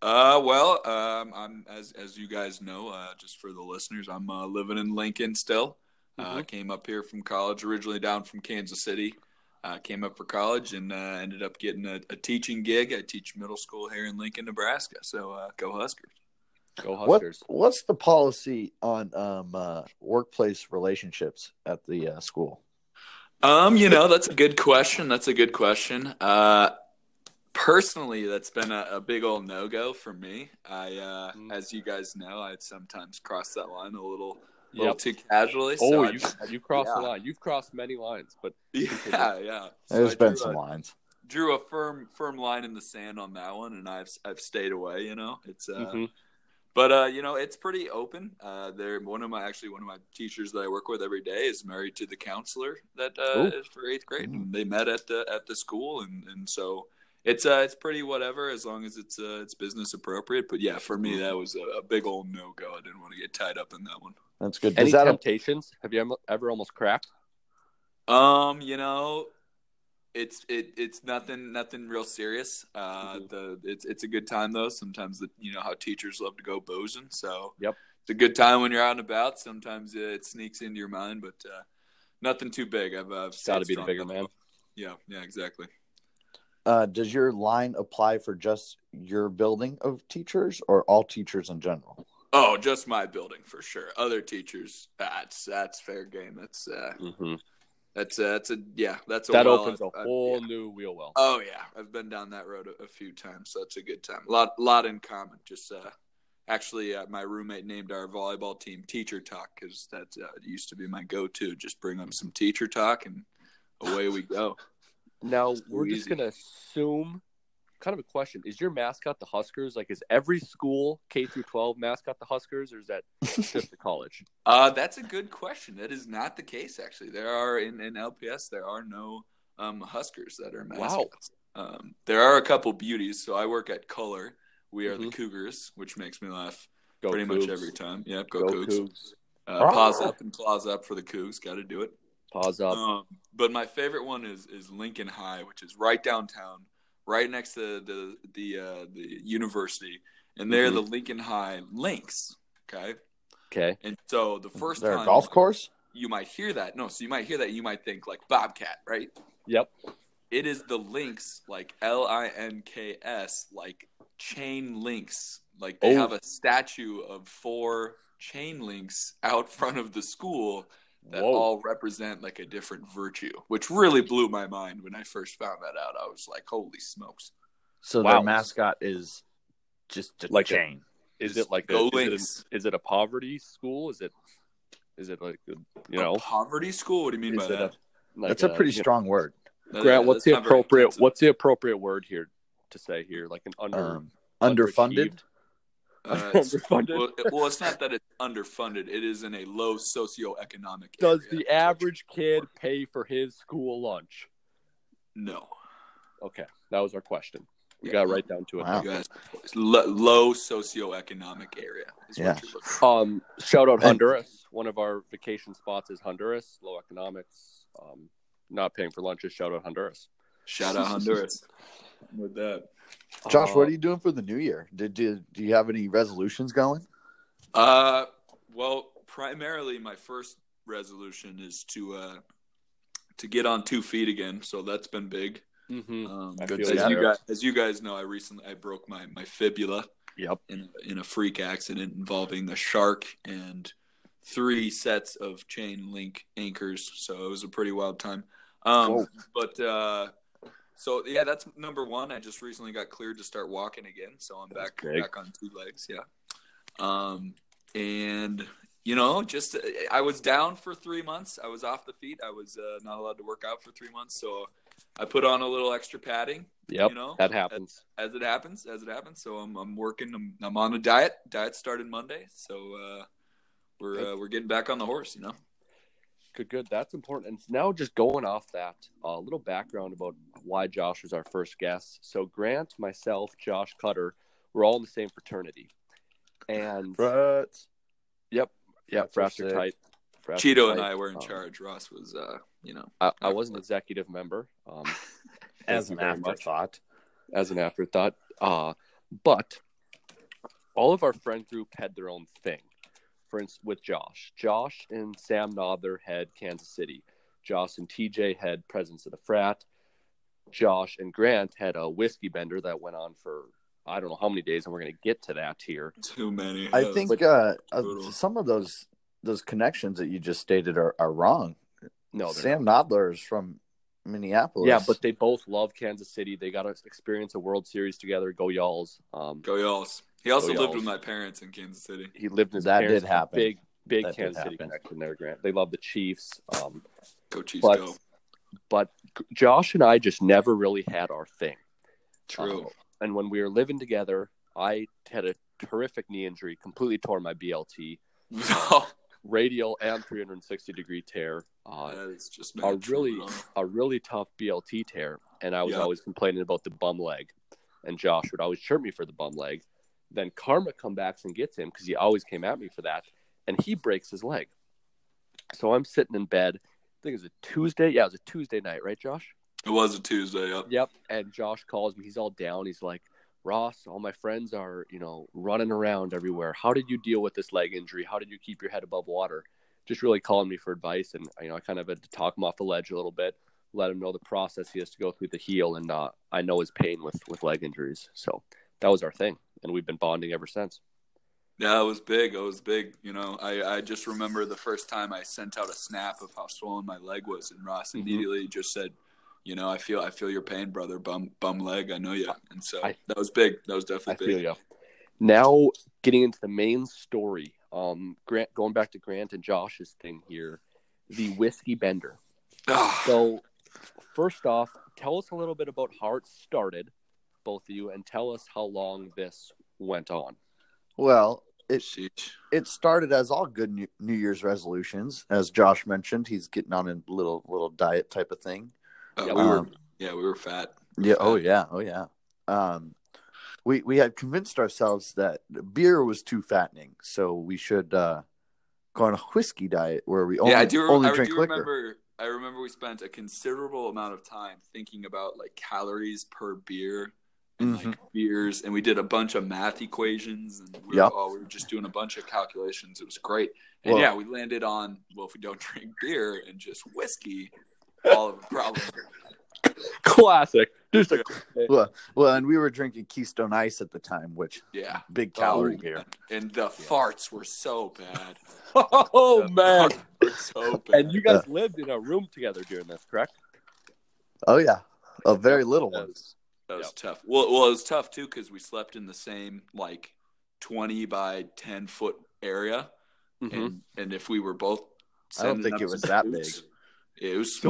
[SPEAKER 3] Uh, well, um, I'm as as you guys know, uh, just for the listeners, I'm uh, living in Lincoln still. Uh, I came up here from college originally down from Kansas City. Uh, came up for college and uh, ended up getting a, a teaching gig. I teach middle school here in Lincoln, Nebraska. So uh, go Huskers.
[SPEAKER 1] Go
[SPEAKER 4] What
[SPEAKER 1] Huskers.
[SPEAKER 4] what's the policy on um, uh, workplace relationships at the uh, school?
[SPEAKER 3] Um, you know, that's a good question. That's a good question. Uh, personally, that's been a, a big old no go for me. I, uh,
[SPEAKER 1] Mm.
[SPEAKER 3] as you guys know, I sometimes cross that line a little, little
[SPEAKER 1] Yep.
[SPEAKER 3] too casually. so
[SPEAKER 1] Oh,
[SPEAKER 3] I-
[SPEAKER 1] you you crossed the
[SPEAKER 3] Yeah.
[SPEAKER 1] line. You've crossed many lines, but
[SPEAKER 3] Yeah, yeah. So
[SPEAKER 4] There's
[SPEAKER 3] I uh,
[SPEAKER 4] been
[SPEAKER 3] drew
[SPEAKER 4] some
[SPEAKER 3] a,
[SPEAKER 4] lines.
[SPEAKER 3] drew a firm firm line in the sand on that one, and I've I've stayed away. You know, it's uh,
[SPEAKER 4] Mm-hmm.
[SPEAKER 1] Mhm.
[SPEAKER 3] but uh, you know, it's pretty open. Uh, there, one of my actually one of my teachers that I work with every day is married to the counselor that uh,
[SPEAKER 1] Ooh.
[SPEAKER 3] is for eighth grade,
[SPEAKER 4] Mm.
[SPEAKER 3] and they met at the at the school, and and so. It's uh, it's pretty whatever as long as it's uh, it's business appropriate. But yeah, for me that was a, a big old no go. I didn't want to get tied up in that one.
[SPEAKER 4] That's good.
[SPEAKER 1] any
[SPEAKER 4] Does that
[SPEAKER 1] temptations? Have you em- ever almost cracked?
[SPEAKER 3] Um, you know, it's it it's nothing nothing real serious. Uh,
[SPEAKER 1] Mhm.
[SPEAKER 3] the it's it's a good time though. Sometimes the, you know how teachers love to go boozing, so
[SPEAKER 1] Yep.
[SPEAKER 3] it's a good time when you're out and about. Sometimes it sneaks into your mind, but uh, nothing too big. I've, I've
[SPEAKER 1] Got to
[SPEAKER 3] stayed
[SPEAKER 1] be the
[SPEAKER 3] strong
[SPEAKER 1] bigger
[SPEAKER 3] enough.
[SPEAKER 1] man.
[SPEAKER 3] Yeah, yeah, exactly.
[SPEAKER 4] uh, does your line apply for just your building of teachers or all teachers in general?
[SPEAKER 3] Oh, just my building for sure. Other teachers, that's that's fair game. That's uh,
[SPEAKER 4] Mm-hmm.
[SPEAKER 1] Mhm.
[SPEAKER 3] that's uh, that's a yeah. That's a
[SPEAKER 1] That
[SPEAKER 3] well uh,
[SPEAKER 1] opens a
[SPEAKER 3] I've- I've-
[SPEAKER 1] whole
[SPEAKER 3] yeah.
[SPEAKER 1] new wheel well.
[SPEAKER 3] Oh yeah, I've been down that road a, a few times, so that's a good time. A lot, lot in common. Just uh, actually, uh, my roommate named our volleyball team Teacher Talk because that uh, used to be my go-to. Just bring up some Teacher Talk, and away we go.
[SPEAKER 1] Now we're just
[SPEAKER 3] easy.
[SPEAKER 1] gonna assume. Kind of a question: Is your mascot the Huskers? Like, is every school K through twelve mascot the Huskers, or is that just the college?
[SPEAKER 3] Uh, that's a good question. That is not the case, actually. There are in, in LPS there are no um, Huskers that are mascots. Um, there are a couple beauties. So I work at Color. We are the Cougars, which makes me laugh
[SPEAKER 1] Mm-hmm. Go
[SPEAKER 3] pretty
[SPEAKER 1] Cougs.
[SPEAKER 3] much every time. Yep, go,
[SPEAKER 1] Go
[SPEAKER 3] Cougs.
[SPEAKER 1] Cougs.
[SPEAKER 3] Uh, paws
[SPEAKER 4] Alright.
[SPEAKER 3] up and claws up for the Cougs. Got to do it.
[SPEAKER 1] Pause
[SPEAKER 4] Uh,
[SPEAKER 1] up.
[SPEAKER 3] Um, but my favorite one is is Lincoln High, which is right downtown, right next to the the uh, the university, and they're
[SPEAKER 4] Mm-hmm.
[SPEAKER 1] Mhm.
[SPEAKER 3] the Lincoln High Lynx. Okay,
[SPEAKER 1] okay.
[SPEAKER 3] and so the first
[SPEAKER 4] Is there
[SPEAKER 3] time
[SPEAKER 4] a golf course?
[SPEAKER 3] you might hear that, no, so you might hear that, you might think like Bobcat, right?
[SPEAKER 1] Yep.
[SPEAKER 3] It is the Lynx, like L I N K S, like chain links. Like they
[SPEAKER 1] Oh.
[SPEAKER 3] have a statue of four chain links out front of the school that
[SPEAKER 1] Whoa.
[SPEAKER 3] all represent like a different virtue, which really blew my mind when I first found that out. I was like, holy smokes.
[SPEAKER 4] So
[SPEAKER 1] Wow.
[SPEAKER 4] their mascot is just a
[SPEAKER 1] Like a-
[SPEAKER 4] chain.
[SPEAKER 1] is
[SPEAKER 3] Just
[SPEAKER 1] it like
[SPEAKER 3] go
[SPEAKER 1] a, is,
[SPEAKER 3] Lynx.
[SPEAKER 1] it a, is it a poverty school? Is it is it like you know?
[SPEAKER 3] a poverty school? What do you mean
[SPEAKER 1] is
[SPEAKER 3] by
[SPEAKER 1] it
[SPEAKER 3] that?
[SPEAKER 1] a- like
[SPEAKER 4] That's a pretty
[SPEAKER 1] you know-
[SPEAKER 4] strong word.
[SPEAKER 3] That-
[SPEAKER 1] Grant,
[SPEAKER 3] that-
[SPEAKER 1] what's
[SPEAKER 3] that's
[SPEAKER 1] the
[SPEAKER 3] not very
[SPEAKER 1] appropriate
[SPEAKER 3] offensive.
[SPEAKER 1] what's the appropriate word here to say here? Like an under
[SPEAKER 4] Um, underfunded.
[SPEAKER 3] Uh, it's-
[SPEAKER 1] Underfunded.
[SPEAKER 3] Well, it- well, it's not that it's underfunded. It is in a low socioeconomic.
[SPEAKER 1] Does
[SPEAKER 3] area,
[SPEAKER 1] the
[SPEAKER 3] which-
[SPEAKER 1] average kid pay for his school lunch?
[SPEAKER 3] No.
[SPEAKER 1] Okay, that was our question. We
[SPEAKER 3] Yeah.
[SPEAKER 1] got right down to it.
[SPEAKER 4] Wow.
[SPEAKER 3] You guys, lo- low socioeconomic area. Is
[SPEAKER 4] Yeah.
[SPEAKER 3] What you're looking for.
[SPEAKER 1] Um, shout out
[SPEAKER 4] And-
[SPEAKER 1] Honduras. One of our vacation spots is Honduras. Low economics. Um, not paying for lunches. Shout out Honduras.
[SPEAKER 3] Shout out Honduras. With that,
[SPEAKER 4] Josh, what
[SPEAKER 1] Um,
[SPEAKER 4] are you doing for the new year? Did, did do you have any resolutions going?
[SPEAKER 3] Uh, well, primarily my first resolution is to uh to get on two feet again. So that's been big.
[SPEAKER 1] Mm-hmm.
[SPEAKER 3] Um,
[SPEAKER 1] I
[SPEAKER 3] as,
[SPEAKER 1] feel
[SPEAKER 3] you
[SPEAKER 4] that.
[SPEAKER 3] guys, as you guys know, I recently I broke my my fibula
[SPEAKER 1] Yep.
[SPEAKER 3] in in a freak accident involving the shark and three sets of chain link anchors. So it was a pretty wild time. Um,
[SPEAKER 4] Whoa.
[SPEAKER 3] but uh, so yeah, that's number one. I just recently got cleared to start walking again, so I'm
[SPEAKER 1] That's
[SPEAKER 3] back
[SPEAKER 1] big.
[SPEAKER 3] back on two legs. Yeah. Um, and you know, just uh, I was down for three months. I was off the feet. I was uh, not allowed to work out for three months, so I put on a little extra padding.
[SPEAKER 1] Yep.
[SPEAKER 3] You know,
[SPEAKER 1] that happens.
[SPEAKER 3] as it happens, as it happens. So I'm I'm working. I'm, I'm on a diet. Diet started Monday, so uh, we're uh, we're getting back on the horse. You know.
[SPEAKER 1] Good, good. That's important. And now, just going off that, a little background about why Josh was our first guest. So, Grant, myself, Josh Cutter, we're all in the same fraternity. And
[SPEAKER 4] Brats.
[SPEAKER 1] yeah,
[SPEAKER 4] That's so
[SPEAKER 1] Frats are
[SPEAKER 4] sick.
[SPEAKER 1] tight. Frats are
[SPEAKER 3] Cheeto and
[SPEAKER 1] tight.
[SPEAKER 3] I were in
[SPEAKER 1] Um,
[SPEAKER 3] charge. Ross was, uh, you know,
[SPEAKER 1] I, I was an executive member. Um,
[SPEAKER 4] As
[SPEAKER 1] Thank
[SPEAKER 4] an
[SPEAKER 1] you very much.
[SPEAKER 4] afterthought.
[SPEAKER 1] as an afterthought. Uh, but all of our friend group had their own thing. For instance, with Josh, Josh and Sam Nother had Kansas City. Josh and TJ had Presence of the Frat. Josh and Grant had a whiskey bender that went on for I don't know how many days, and we're going to get to that here.
[SPEAKER 3] too many.
[SPEAKER 4] I
[SPEAKER 3] Uh,
[SPEAKER 4] think
[SPEAKER 1] but-
[SPEAKER 4] uh, uh,
[SPEAKER 3] Brutal.
[SPEAKER 4] some of those those connections that you just stated are, are wrong.
[SPEAKER 1] No, they're
[SPEAKER 4] Sam Nodler is from Minneapolis.
[SPEAKER 1] yeah, but they both love Kansas City. They got to experience a World Series together. Go Y'alls! Um,
[SPEAKER 3] go y'alls. He also
[SPEAKER 1] Go
[SPEAKER 3] lived
[SPEAKER 1] Y'alls.
[SPEAKER 3] with my parents in Kansas City.
[SPEAKER 1] he lived in his
[SPEAKER 4] That did
[SPEAKER 1] parents'
[SPEAKER 4] happen.
[SPEAKER 1] Big, big
[SPEAKER 4] That did
[SPEAKER 1] Kansas City
[SPEAKER 4] happen.
[SPEAKER 1] connection there, Grant. They love the Chiefs. Um,
[SPEAKER 3] Go Chiefs,
[SPEAKER 1] but
[SPEAKER 3] go.
[SPEAKER 1] but Josh and I just never really had our thing.
[SPEAKER 3] True.
[SPEAKER 1] Uh, and when we were living together, I had a terrific knee injury, completely tore my BLT, Oh. radial and 360 degree tear, uh,
[SPEAKER 3] that is just
[SPEAKER 1] a
[SPEAKER 3] not true
[SPEAKER 1] really
[SPEAKER 3] at all.
[SPEAKER 1] a really tough BLT tear, and I was
[SPEAKER 3] Yeah.
[SPEAKER 1] always complaining about the bum leg, and Josh would always chirp me for the bum leg. Then Karma comes back and gets him because he always came at me for that, and he breaks his leg. So I'm sitting in bed. I think it was a Tuesday. Yeah, it was a Tuesday night, right, Josh?
[SPEAKER 3] It was a Tuesday. Yep.
[SPEAKER 1] Yep. And Josh calls me. He's all down. He's like, Ross, all my friends are, you know, running around everywhere. How did you deal with this leg injury? How did you keep your head above water? Just really calling me for advice. And, you know, I kind of had to talk him off the ledge a little bit, let him know the process he has to go through the heal. And uh, I know his pain with, with leg injuries. So that was our thing. And we've been bonding ever since.
[SPEAKER 3] Yeah, it was big. It was big. You know, I, I just remember the first time I sent out a snap of how swollen my leg was, and Ross
[SPEAKER 1] Mhm.
[SPEAKER 3] immediately just said, "You know, I feel I feel your pain, brother. Bum bum leg. I know you." And so
[SPEAKER 1] I-
[SPEAKER 3] that was big. That was definitely
[SPEAKER 1] I
[SPEAKER 3] big.
[SPEAKER 1] feel you. Now getting into the main story, um, Grant, going back to Grant and Josh's thing here, the whiskey bender.
[SPEAKER 3] Ah,
[SPEAKER 1] So, first off, tell us a little bit about how it started, both of you, and tell us how long this went on.
[SPEAKER 4] well, it
[SPEAKER 3] sheesh.
[SPEAKER 4] it started as all good New New Year's resolutions, as Josh mentioned. He's getting on a little little diet type of thing.
[SPEAKER 3] Uh,
[SPEAKER 1] Yeah.
[SPEAKER 3] we were
[SPEAKER 4] Um,
[SPEAKER 3] yeah, we were fat.
[SPEAKER 4] Yeah. Oh yeah. Oh yeah. Um, we we had convinced ourselves that beer was too fattening, so we should uh, go on a whiskey diet where we only,
[SPEAKER 3] yeah, I do.
[SPEAKER 4] only
[SPEAKER 3] I
[SPEAKER 4] drink
[SPEAKER 3] do
[SPEAKER 4] liquor.
[SPEAKER 3] remember. I remember we spent a considerable amount of time thinking about like calories per beer and
[SPEAKER 4] Mm-hmm.
[SPEAKER 3] like beers, and we did a bunch of math equations, and we,
[SPEAKER 4] Yep.
[SPEAKER 3] were, all, we were just doing a bunch of calculations. It was great, and
[SPEAKER 4] Well-
[SPEAKER 3] yeah, we landed on well, if we don't drink beer and just whiskey, all of the problems.
[SPEAKER 1] Classic. Just a
[SPEAKER 4] Well, and we were drinking Keystone Ice at the time, which
[SPEAKER 3] Yeah,
[SPEAKER 4] big calorie
[SPEAKER 3] Oh,
[SPEAKER 4] beer.
[SPEAKER 3] and the farts were so bad.
[SPEAKER 1] oh
[SPEAKER 3] The
[SPEAKER 1] man!
[SPEAKER 3] farts were so bad.
[SPEAKER 1] And you guys lived in a room together during this, correct?
[SPEAKER 4] Oh yeah, a very little one.
[SPEAKER 3] That was
[SPEAKER 1] Yep.
[SPEAKER 3] tough. Well, well, it was tough too because we slept in the same like twenty by ten foot area,
[SPEAKER 1] Mhm.
[SPEAKER 3] and and if we were both,
[SPEAKER 4] I don't
[SPEAKER 3] sending
[SPEAKER 4] think
[SPEAKER 3] up
[SPEAKER 4] it was
[SPEAKER 3] some
[SPEAKER 4] that
[SPEAKER 3] tubes,
[SPEAKER 4] big.
[SPEAKER 3] It was.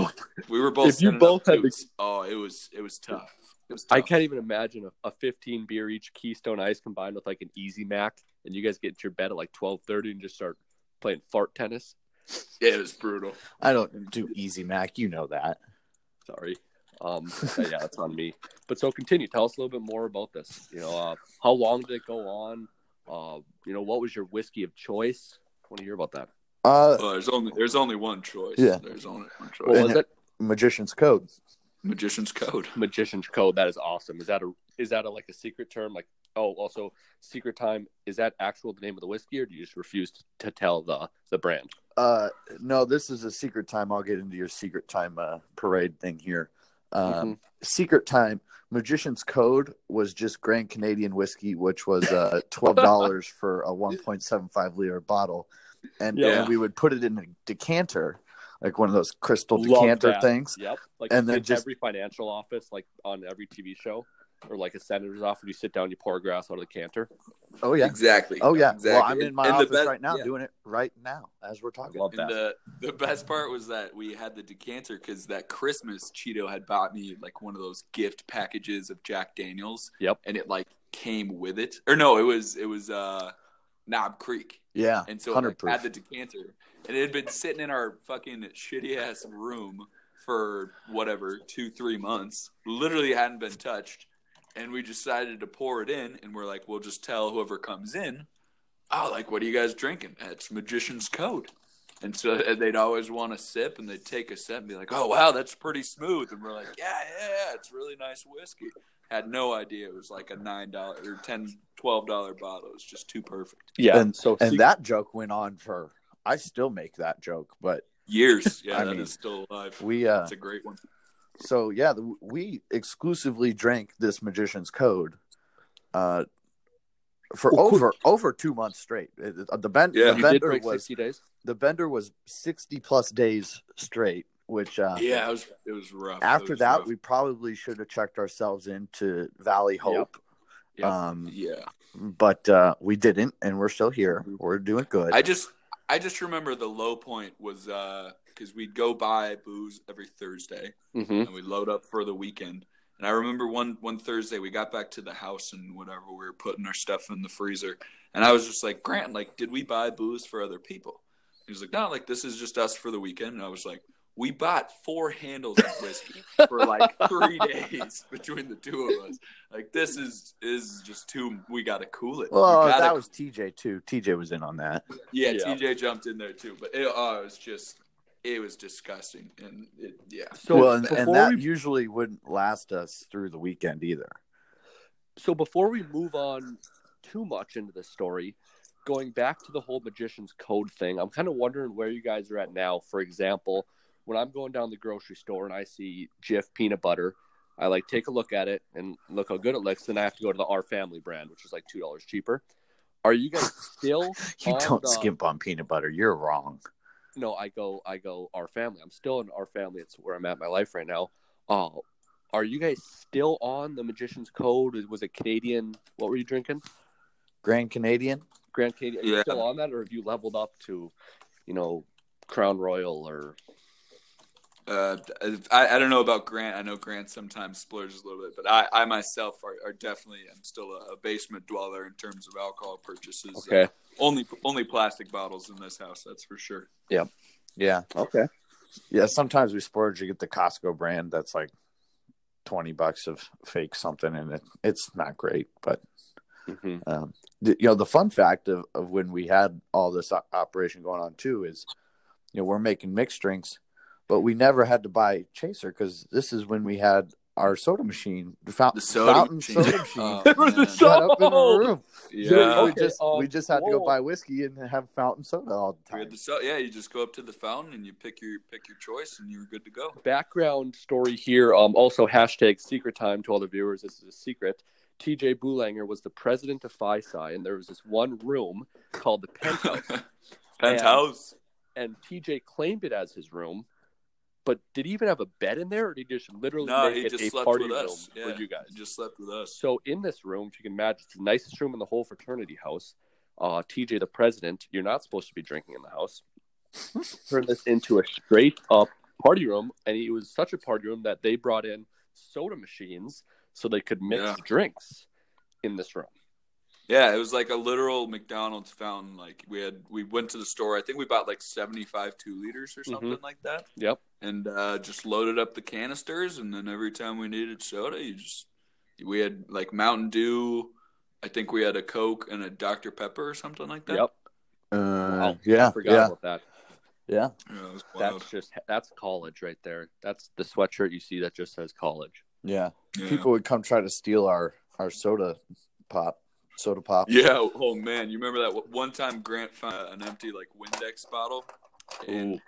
[SPEAKER 3] we were both.
[SPEAKER 1] If you
[SPEAKER 3] sending
[SPEAKER 1] both
[SPEAKER 3] up
[SPEAKER 1] had the-
[SPEAKER 3] tubes. oh, it was it was tough. It was tough.
[SPEAKER 1] I can't even imagine a, a 15 beer each Keystone Ice combined with like an Easy Mac, and you guys get to your bed at like 12:30 and just start playing fart tennis.
[SPEAKER 3] It was brutal.
[SPEAKER 4] I don't do Easy Mac, you know that.
[SPEAKER 1] Sorry. Um, but yeah, that's on me. But so continue. Tell us a little bit more about this. You know, uh, how long did it go on? Uh, you know, what was your whiskey of choice? I want to hear about that.
[SPEAKER 4] Uh,
[SPEAKER 3] Well, Oh, there's only there's only one choice.
[SPEAKER 4] Yeah.
[SPEAKER 3] There's only one choice.
[SPEAKER 1] What
[SPEAKER 4] And
[SPEAKER 1] was
[SPEAKER 4] it-
[SPEAKER 1] it?
[SPEAKER 4] Magician's Code.
[SPEAKER 3] Magician's Code.
[SPEAKER 1] Magician's Code. That is awesome. Is that a is that a, like a secret term? Like Oh, also, Secret Time is that actual the name of the whiskey, or do you just refuse to, to tell the the brand?
[SPEAKER 2] Uh, no, this is a secret time. I'll get into your secret time uh, parade thing here. Um,
[SPEAKER 1] Mm-hmm.
[SPEAKER 3] Mm-hmm.
[SPEAKER 2] Secret time, Magician's Code was just Grand Canadian whiskey, which was uh, twelve dollars for a one point seven five liter bottle, and,
[SPEAKER 1] Yeah.
[SPEAKER 2] and we would put it in a decanter, like one of those crystal
[SPEAKER 1] Love
[SPEAKER 2] decanter
[SPEAKER 1] that.
[SPEAKER 2] things.
[SPEAKER 1] Yep. Like
[SPEAKER 2] And then
[SPEAKER 1] in
[SPEAKER 2] just-
[SPEAKER 1] every financial office, like on every TV show, or like a senator's office, you sit down, you pour a glass out of the canter.
[SPEAKER 2] Oh yeah,
[SPEAKER 3] Exactly.
[SPEAKER 2] oh yeah.
[SPEAKER 3] Exactly.
[SPEAKER 2] Well, I'm in my
[SPEAKER 3] And the
[SPEAKER 2] office
[SPEAKER 3] best-
[SPEAKER 2] right now
[SPEAKER 3] yeah.
[SPEAKER 2] doing it right now as we're talking.
[SPEAKER 1] love
[SPEAKER 3] And uh, the the best part was that we had the decanter because that Christmas Cheeto had bought me like one of those gift packages of Jack Daniels.
[SPEAKER 1] Yep.
[SPEAKER 3] And it like came with it, or no, it was it was uh Knob Creek,
[SPEAKER 2] yeah,
[SPEAKER 3] and so it,
[SPEAKER 2] 100
[SPEAKER 3] like,
[SPEAKER 2] proof.
[SPEAKER 3] had the decanter, and it had been sitting in our fucking shitty ass room for whatever two three months. Literally hadn't been touched, and we decided to pour it in, and we're like, we'll just tell whoever comes in oh, like, what are you guys drinking? It's Magician's Code. And so and they'd always want a sip, and they'd take a sip and be like, oh, wow, that's pretty smooth. And we're like, yeah, yeah, yeah, it's really nice whiskey. Had no idea it was like a $9 or $10, $12 bottle. It was just too perfect.
[SPEAKER 1] Yeah.
[SPEAKER 2] And-
[SPEAKER 1] so
[SPEAKER 2] and
[SPEAKER 1] Secret-
[SPEAKER 2] that joke went on for. I still make that joke, but
[SPEAKER 3] Years. Yeah,
[SPEAKER 2] I
[SPEAKER 3] that is
[SPEAKER 2] mean,
[SPEAKER 3] still alive.
[SPEAKER 2] we uh,
[SPEAKER 3] That's a great one.
[SPEAKER 2] so yeah the, we exclusively drank this magician's code uh for
[SPEAKER 1] Oh, cool.
[SPEAKER 2] over over two months straight It- it- the, ben- the
[SPEAKER 3] Yeah.
[SPEAKER 1] you did
[SPEAKER 2] bender
[SPEAKER 1] break
[SPEAKER 2] was
[SPEAKER 1] sixty days.
[SPEAKER 2] the bender was 60 plus days straight which uh
[SPEAKER 3] Yeah, it was, it was rough. It
[SPEAKER 2] after
[SPEAKER 3] was
[SPEAKER 2] that
[SPEAKER 3] rough.
[SPEAKER 2] we probably should have checked ourselves into valley hope
[SPEAKER 1] Yep.
[SPEAKER 2] um
[SPEAKER 3] yeah.
[SPEAKER 2] but uh we didn't and we're still here
[SPEAKER 1] Mm-hmm.
[SPEAKER 2] we're doing good
[SPEAKER 3] I just I just remember the low point was because we'd go buy booze every Thursday.
[SPEAKER 1] Mm-hmm.
[SPEAKER 3] and we load up for the weekend. And I remember one one Thursday we got back to the house and whatever we were putting our stuff in the freezer, and I was just like, Grant, like, did we buy booze for other people? He was like, No, like this is just us for the weekend. And I was like, We bought four handles of whiskey for like three days between the two of us. Like this is is just too. We gotta cool it. We
[SPEAKER 2] well uh,
[SPEAKER 3] gotta
[SPEAKER 2] that was tj too tj was in on that
[SPEAKER 3] yeah,
[SPEAKER 1] Yeah.
[SPEAKER 3] TJ jumped in there too, but it, oh, it was just it was disgusting, and it, yeah,
[SPEAKER 1] So
[SPEAKER 2] well and, and
[SPEAKER 1] before
[SPEAKER 2] that
[SPEAKER 1] we
[SPEAKER 2] usually wouldn't last us through the weekend either
[SPEAKER 1] so before we move on too much into the story, going back to the whole magician's code thing, I'm kind of wondering where you guys are at now. For example, when I'm going down the grocery store and I see Jif peanut butter, I like take a look at it and look how good it looks. Then I have to go to the Our Family brand, which is like two dollars cheaper. Are you guys still?
[SPEAKER 2] You
[SPEAKER 1] on
[SPEAKER 2] don't
[SPEAKER 1] the-
[SPEAKER 2] skimp on peanut butter. You're wrong.
[SPEAKER 1] No, I go. I go. Our family. I'm still in our family. It's where I'm at in my life right now. Uh, are you guys still on the Magician's Code? Was it Canadian? What were you drinking?
[SPEAKER 2] Grand Canadian.
[SPEAKER 1] Grand Canadian, are you
[SPEAKER 3] Yeah.
[SPEAKER 1] still on that, or have you leveled up to, you know, Crown Royal or?
[SPEAKER 3] Uh, I, I don't know about Grant. I know Grant sometimes splurges a little bit, but I, I myself are, are definitely am still a, a basement dweller in terms of alcohol purchases. Uh, only only plastic bottles in this house, that's for sure.
[SPEAKER 2] Yeah.
[SPEAKER 1] Okay.
[SPEAKER 2] Yeah. Sometimes we splurge. You get the Costco brand. That's like twenty bucks of fake something, and it, it's not great. But
[SPEAKER 1] hmm
[SPEAKER 2] um, th- you know, the fun fact of, of when we had all this o- operation going on too is, you know, we're making mixed drinks, but we never had to buy chaser because this is when we had our soda machine, the, fount-
[SPEAKER 3] The soda
[SPEAKER 2] fountain
[SPEAKER 3] machine.
[SPEAKER 2] soda machine.
[SPEAKER 3] Uh, Oh,
[SPEAKER 1] There was a
[SPEAKER 3] man.
[SPEAKER 1] soda-
[SPEAKER 2] Set up in
[SPEAKER 1] Oh!
[SPEAKER 2] a room.
[SPEAKER 3] Yeah.
[SPEAKER 2] So
[SPEAKER 1] Yeah.
[SPEAKER 4] Oh,
[SPEAKER 2] we
[SPEAKER 1] Okay,
[SPEAKER 2] just
[SPEAKER 1] um,
[SPEAKER 2] we just had to
[SPEAKER 1] whoa.
[SPEAKER 2] go buy whiskey and have fountain soda all the
[SPEAKER 3] We
[SPEAKER 2] time.
[SPEAKER 3] had the so- yeah, you just go up to the fountain and you pick your pick your choice, and you're good to go.
[SPEAKER 1] Background story here. Um, also hashtag secret time to all the viewers. This is a secret. T.J. Boulanger was the president of FISI, and there was this one room called the penthouse,
[SPEAKER 3] Penthouse.
[SPEAKER 1] and T.J. claimed it as his room. But did he even have a bed in there, or did he just literally
[SPEAKER 3] No,
[SPEAKER 1] make
[SPEAKER 3] he
[SPEAKER 1] it
[SPEAKER 3] just
[SPEAKER 1] a
[SPEAKER 3] slept
[SPEAKER 1] party
[SPEAKER 3] with
[SPEAKER 1] room
[SPEAKER 3] us. Yeah.
[SPEAKER 1] for you guys?
[SPEAKER 3] Just slept with us.
[SPEAKER 1] So in this room, if you can imagine, it's the nicest room in the whole fraternity house. Uh, TJ, the president, you're not supposed to be drinking in the house. Turned this into a straight up party room, and it was such a party room that they brought in soda machines so they could mix
[SPEAKER 3] Yeah.
[SPEAKER 1] drinks in this room.
[SPEAKER 3] Yeah, it was like a literal McDonald's fountain. Like we had, we went to the store. I think we bought like seventy-five two liters
[SPEAKER 2] Mm-hmm.
[SPEAKER 3] or something like that,
[SPEAKER 1] Yep.
[SPEAKER 3] and uh, just loaded up the canisters. And then every time we needed soda, you just we had like Mountain Dew. I think we had a Coke and a Dr Pepper or something like that.
[SPEAKER 1] Yep.
[SPEAKER 2] Uh,
[SPEAKER 1] Wow.
[SPEAKER 2] yeah,
[SPEAKER 1] I forgot
[SPEAKER 2] yeah,
[SPEAKER 1] about that.
[SPEAKER 2] yeah.
[SPEAKER 3] Yeah, it was wild.
[SPEAKER 1] That's just that's college right there. That's the sweatshirt you see that just says college.
[SPEAKER 2] Yeah.
[SPEAKER 3] Yeah.
[SPEAKER 2] People would come try to steal our our soda pop.
[SPEAKER 4] soda pop.
[SPEAKER 3] Yeah. Oh man, you remember that one time Grant found an empty like Windex bottle, and
[SPEAKER 1] Ooh.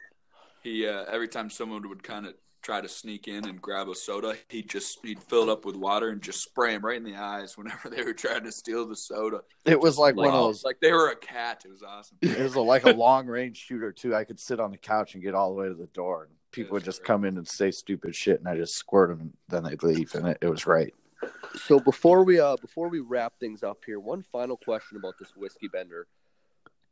[SPEAKER 3] he uh, every time someone would kind of try to sneak in and grab a soda, he would just he'd fill it up with water and just spray them right in the eyes whenever they were trying to steal the soda.
[SPEAKER 4] It was like one of
[SPEAKER 1] Wow.
[SPEAKER 4] those.
[SPEAKER 3] Like they were a cat. It was awesome.
[SPEAKER 4] It was a- like a long range shooter too. I could sit on the couch and get all the way to the door, and people would just come in and say stupid shit, and I just squirt them, and then they'd leave, and it, it was right.
[SPEAKER 1] So before we uh before we wrap things up here, one final question about this whiskey bender.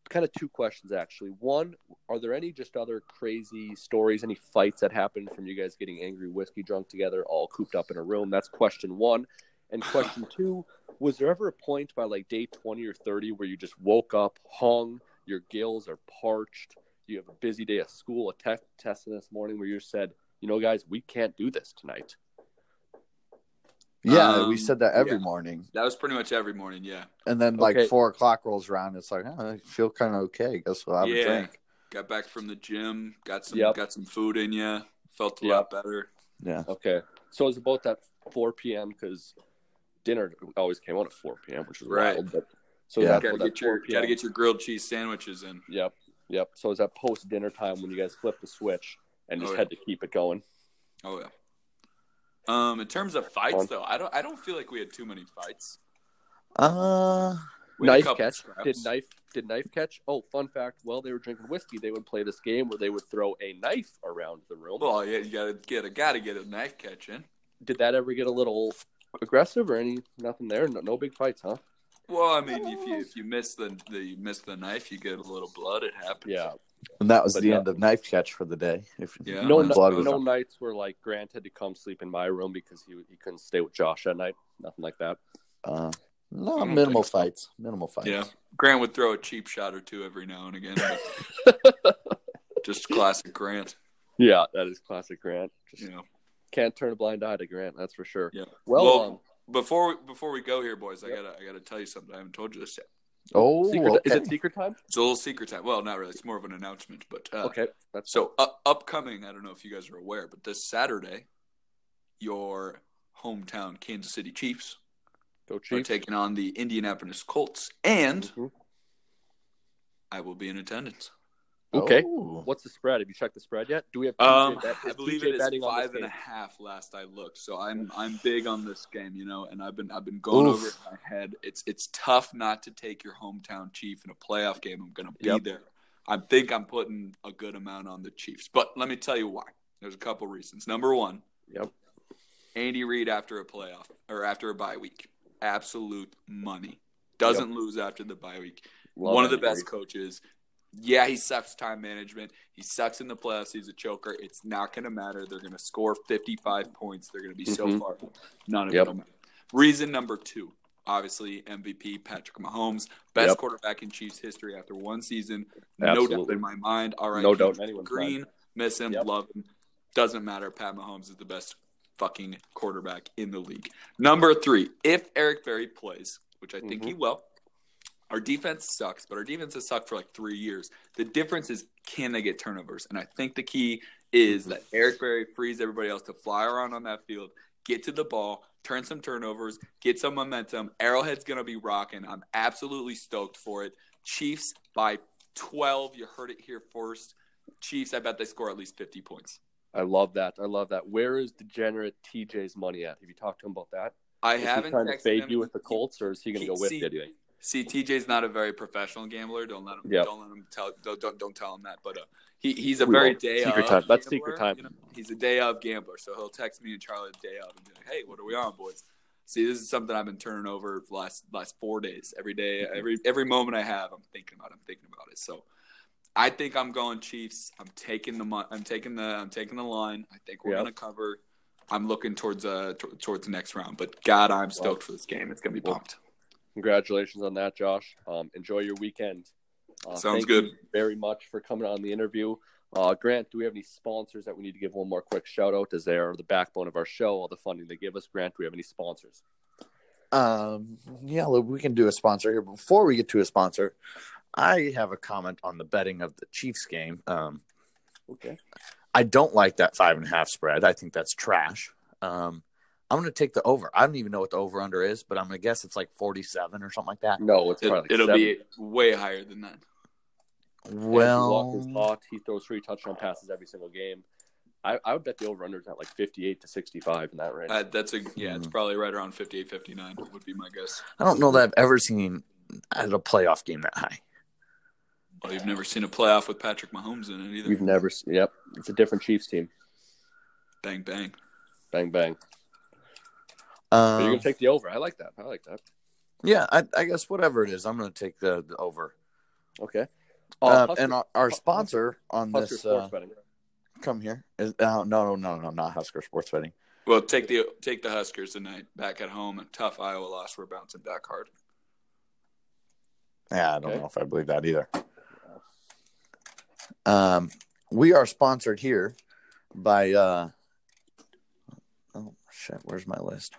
[SPEAKER 1] Kind of two questions actually. One, are there any just other crazy stories, any fights that happened from you guys getting angry whiskey drunk together, all cooped up in a room? That's question one. And question two, was there ever a point by like day twenty or thirty where you just woke up, hung, your gills are parched, you have a busy day at school, a test test this morning where you said, you know, guys, we can't do this tonight.
[SPEAKER 4] Yeah, we
[SPEAKER 3] Um,
[SPEAKER 4] said that every
[SPEAKER 3] yeah.
[SPEAKER 4] morning,
[SPEAKER 3] That was pretty much every morning. Yeah.
[SPEAKER 4] and then
[SPEAKER 1] Okay.
[SPEAKER 4] like four o'clock rolls around, it's like oh, I feel kind of okay. Guess we'll have
[SPEAKER 3] Yeah.
[SPEAKER 4] a drink.
[SPEAKER 3] Got back from the gym. Got some
[SPEAKER 1] Yep.
[SPEAKER 3] got some food in you. Felt a lot better.
[SPEAKER 4] Yeah,
[SPEAKER 1] Okay. So it was about that 4 p.m. because dinner always came out at 4 p.m., which is
[SPEAKER 3] Right.
[SPEAKER 1] wild. But so
[SPEAKER 4] Yeah.
[SPEAKER 1] it was
[SPEAKER 3] Gotta
[SPEAKER 1] about that
[SPEAKER 3] get your
[SPEAKER 1] 4 p.m.
[SPEAKER 3] gotta get your grilled cheese sandwiches in.
[SPEAKER 1] Yep. Yep. So it was that post dinner time when you guys flipped the switch and just
[SPEAKER 3] Oh, yeah.
[SPEAKER 1] had to keep it going.
[SPEAKER 3] Oh yeah. Um, in terms of fights
[SPEAKER 1] Um,
[SPEAKER 3] though, I don't I don't feel like we had too many fights.
[SPEAKER 4] uh,
[SPEAKER 3] We had a
[SPEAKER 1] knife
[SPEAKER 3] couple
[SPEAKER 1] catch.
[SPEAKER 3] scraps.
[SPEAKER 1] Did knife did knife catch? Oh, fun fact, while they were drinking whiskey, they would play this game where they would throw a knife around the room.
[SPEAKER 3] Well, yeah, you gotta get a gotta get a knife catch in.
[SPEAKER 1] Did that ever get a little aggressive or any nothing there? No, no big fights, huh?
[SPEAKER 3] Well, I mean, if you if you miss the, the you miss the knife, you get a little blood. It happens.
[SPEAKER 1] Yeah.
[SPEAKER 4] and that was
[SPEAKER 1] But
[SPEAKER 4] the
[SPEAKER 1] no-
[SPEAKER 4] end of knife catch for the day. If
[SPEAKER 3] Yeah.
[SPEAKER 1] no,
[SPEAKER 4] when
[SPEAKER 1] no,
[SPEAKER 4] blood was
[SPEAKER 1] no
[SPEAKER 4] up.
[SPEAKER 1] nights where like Grant had to come sleep in my room because he he couldn't stay with Josh at night. Nothing like that.
[SPEAKER 4] Uh,
[SPEAKER 3] I
[SPEAKER 4] no
[SPEAKER 3] don't
[SPEAKER 4] minimal
[SPEAKER 3] think
[SPEAKER 4] fights, minimal fights.
[SPEAKER 3] Yeah. Grant would throw a cheap shot or two every now and again. but- just classic Grant.
[SPEAKER 1] Yeah, that is classic Grant. Just
[SPEAKER 3] You know.
[SPEAKER 1] can't turn a blind eye to Grant, that's for sure.
[SPEAKER 3] Yeah.
[SPEAKER 1] Well,
[SPEAKER 3] Well,
[SPEAKER 1] um,
[SPEAKER 3] Before we, before we go here, boys,
[SPEAKER 1] Yep.
[SPEAKER 3] I gotta I gotta tell you something. I haven't told you this yet.
[SPEAKER 4] Oh,
[SPEAKER 1] secret, is
[SPEAKER 4] okay.
[SPEAKER 1] it secret time?
[SPEAKER 3] It's a little secret time. Well, not really. It's more of an announcement. But uh,
[SPEAKER 1] okay, that's
[SPEAKER 3] So uh, upcoming, I don't know if you guys are aware, but this Saturday, your hometown Kansas City Chiefs,
[SPEAKER 1] go
[SPEAKER 3] are
[SPEAKER 1] Chiefs.
[SPEAKER 3] taking on the Indianapolis Colts, and
[SPEAKER 1] Mhm.
[SPEAKER 3] I will be in attendance.
[SPEAKER 1] Okay.
[SPEAKER 4] Oh.
[SPEAKER 1] What's the spread? Have you checked the spread yet? Do we have?
[SPEAKER 3] Um,
[SPEAKER 1] TJ bet-
[SPEAKER 3] I
[SPEAKER 1] is
[SPEAKER 3] believe
[SPEAKER 1] TJ
[SPEAKER 3] it is
[SPEAKER 1] betting on this
[SPEAKER 3] five and a
[SPEAKER 1] game?
[SPEAKER 3] half last I looked. So I'm I'm big on this game, you know, and I've been I've been going
[SPEAKER 4] Oof.
[SPEAKER 3] over it in my head. It's it's tough not to take your hometown Chief in a playoff game. I'm going to be
[SPEAKER 1] Yep.
[SPEAKER 3] there. I think I'm putting a good amount on the Chiefs, but let me tell you why. There's a couple reasons. Number one,
[SPEAKER 1] Yep.
[SPEAKER 3] Andy Reid after a playoff or after a bye week, absolute money. Doesn't lose after the bye week
[SPEAKER 1] Love
[SPEAKER 3] one of the
[SPEAKER 1] Andy Reid.
[SPEAKER 3] best coaches. Yeah, he sucks time management. He sucks in the playoffs. He's a choker. It's not going to matter. They're going to score 55 points. They're going to be so
[SPEAKER 1] Mhm.
[SPEAKER 3] far. None of
[SPEAKER 1] Yep.
[SPEAKER 3] it will matter. Reason number two, obviously MVP Patrick Mahomes, best
[SPEAKER 1] Yep.
[SPEAKER 3] quarterback in Chiefs history after one season. No doubt
[SPEAKER 1] Absolutely.
[SPEAKER 3] in my mind. All right,
[SPEAKER 1] No doubt in anyone's
[SPEAKER 3] Green, miss him,
[SPEAKER 1] Yep.
[SPEAKER 3] love him. Doesn't matter. Pat Mahomes is the best fucking quarterback in the league. Number three, if Eric Berry plays, which I think
[SPEAKER 1] Mm-hmm.
[SPEAKER 3] he will, our defense sucks, but our defense has sucked for like three years. The difference is can they get turnovers? And I think the key
[SPEAKER 1] Mm-hmm.
[SPEAKER 3] is that Eric Berry frees everybody else to fly around on that field, get to the ball, turn some turnovers, get some momentum. Arrowhead's going to be rocking. I'm absolutely stoked for it. Chiefs by 12. You heard it here first. Chiefs, I bet they score at least 50 points.
[SPEAKER 1] I love that. I love that. Where is degenerate TJ's money at? Have you talked to him about that?
[SPEAKER 3] I
[SPEAKER 1] Is he
[SPEAKER 3] haven't
[SPEAKER 1] trying to
[SPEAKER 3] texted
[SPEAKER 1] fade
[SPEAKER 3] him.
[SPEAKER 1] you with the Colts, or is he going to
[SPEAKER 3] He-
[SPEAKER 1] go with
[SPEAKER 3] see-
[SPEAKER 1] you? Do you think?
[SPEAKER 3] See, TJ's not a very professional gambler. Don't let him.
[SPEAKER 1] Yeah.
[SPEAKER 3] Don't let him tell. Don't, don't don't tell him that. But uh, he he's a
[SPEAKER 1] We
[SPEAKER 3] very
[SPEAKER 1] won't.
[SPEAKER 3] day
[SPEAKER 1] Secret
[SPEAKER 3] of
[SPEAKER 1] time. That's
[SPEAKER 3] gambler,
[SPEAKER 1] secret time.
[SPEAKER 3] you know? He's a day of gambler, so he'll text me and Charlie the day of and be like, "Hey, what are we on, boys?" See, this is something I've been turning over the last last four days. Every day,
[SPEAKER 1] Mm-hmm.
[SPEAKER 3] every every moment I have, I'm thinking about. It, I'm thinking about it. So, I think I'm going Chiefs. I'm taking the mon- I'm taking the I'm taking the line. I think we're
[SPEAKER 1] Yeah.
[SPEAKER 3] gonna cover. I'm looking towards uh t- towards the next round. But God, I'm stoked for this game. It's gonna be
[SPEAKER 1] Well,
[SPEAKER 3] pumped.
[SPEAKER 1] congratulations on that, Josh. Um, enjoy your weekend. Uh,
[SPEAKER 3] Sounds
[SPEAKER 1] thank
[SPEAKER 3] good.
[SPEAKER 1] you very much for coming on the interview. Uh, Grant, do we have any sponsors that we need to give one more quick shout out? As they are the backbone of our show, all the funding they give us. Grant, do we have any sponsors?
[SPEAKER 4] Um, yeah, look, we can do a sponsor here. Before we get to a sponsor, I have a comment on the betting of the Chiefs game. Um,
[SPEAKER 1] Okay.
[SPEAKER 4] I don't like that five and a half spread. I think that's trash. Um,
[SPEAKER 2] I'm going to take the over. I don't even know what the over under is, but I'm going to guess it's like 47 or something like that.
[SPEAKER 1] No, it's
[SPEAKER 3] It,
[SPEAKER 1] probably like
[SPEAKER 3] will
[SPEAKER 1] seven.
[SPEAKER 3] be way higher than that.
[SPEAKER 1] Well, is
[SPEAKER 2] Well,
[SPEAKER 1] hot. He throws three touchdown passes every single game. I, I would bet the over unders at like fifty-eight to sixty-five in that range.
[SPEAKER 3] Uh, that's a yeah.
[SPEAKER 1] Mm-hmm.
[SPEAKER 3] It's probably right around 58, 59 would be my guess.
[SPEAKER 2] I don't know that I've ever seen at a playoff game that high.
[SPEAKER 3] Well, you've never seen a playoff with Patrick Mahomes in it either.
[SPEAKER 1] You've never, s- yep, it's a different Chiefs team.
[SPEAKER 3] Bang bang.
[SPEAKER 1] Bang bang. So you're
[SPEAKER 2] Um,
[SPEAKER 1] gonna take the over. I like that. I like that.
[SPEAKER 2] yeah, I, I guess whatever it is, I'm going to take the, the over.
[SPEAKER 1] Okay. Oh,
[SPEAKER 2] Uh,
[SPEAKER 1] Husker-
[SPEAKER 2] and our, our
[SPEAKER 1] Husker-
[SPEAKER 2] sponsor on
[SPEAKER 1] Husker
[SPEAKER 2] this uh,
[SPEAKER 1] sports betting.
[SPEAKER 2] come here is uh, no no no no not Husker Sports Betting.
[SPEAKER 3] Well, take the take the Huskers tonight back at home. A tough Iowa loss. We're bouncing back hard.
[SPEAKER 2] Yeah, I don't
[SPEAKER 1] Okay.
[SPEAKER 2] know if I believe that either. Um, we are sponsored here by uh oh shit, where's my list?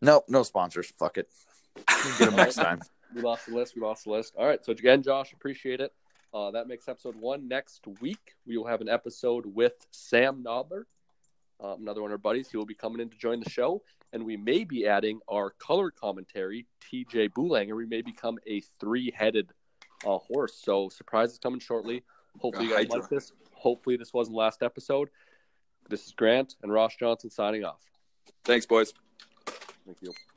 [SPEAKER 2] No, no sponsors. Fuck it. We Get them next time.
[SPEAKER 1] We lost the list. We lost the list. All right. So again, Josh, appreciate it. Uh, that makes episode one. Next week, we will have an episode with Sam Knobler, uh, another one of our buddies. He will be coming in to join the show, and we may be adding our color commentary, TJ Boulanger. We may become a three-headed uh, horse. So surprise is coming shortly. Hopefully, you guys
[SPEAKER 3] Hydra.
[SPEAKER 1] like this. Hopefully, this wasn't last episode. This is Grant and Ross Johnson signing off.
[SPEAKER 3] Thanks, boys.
[SPEAKER 1] Thank you.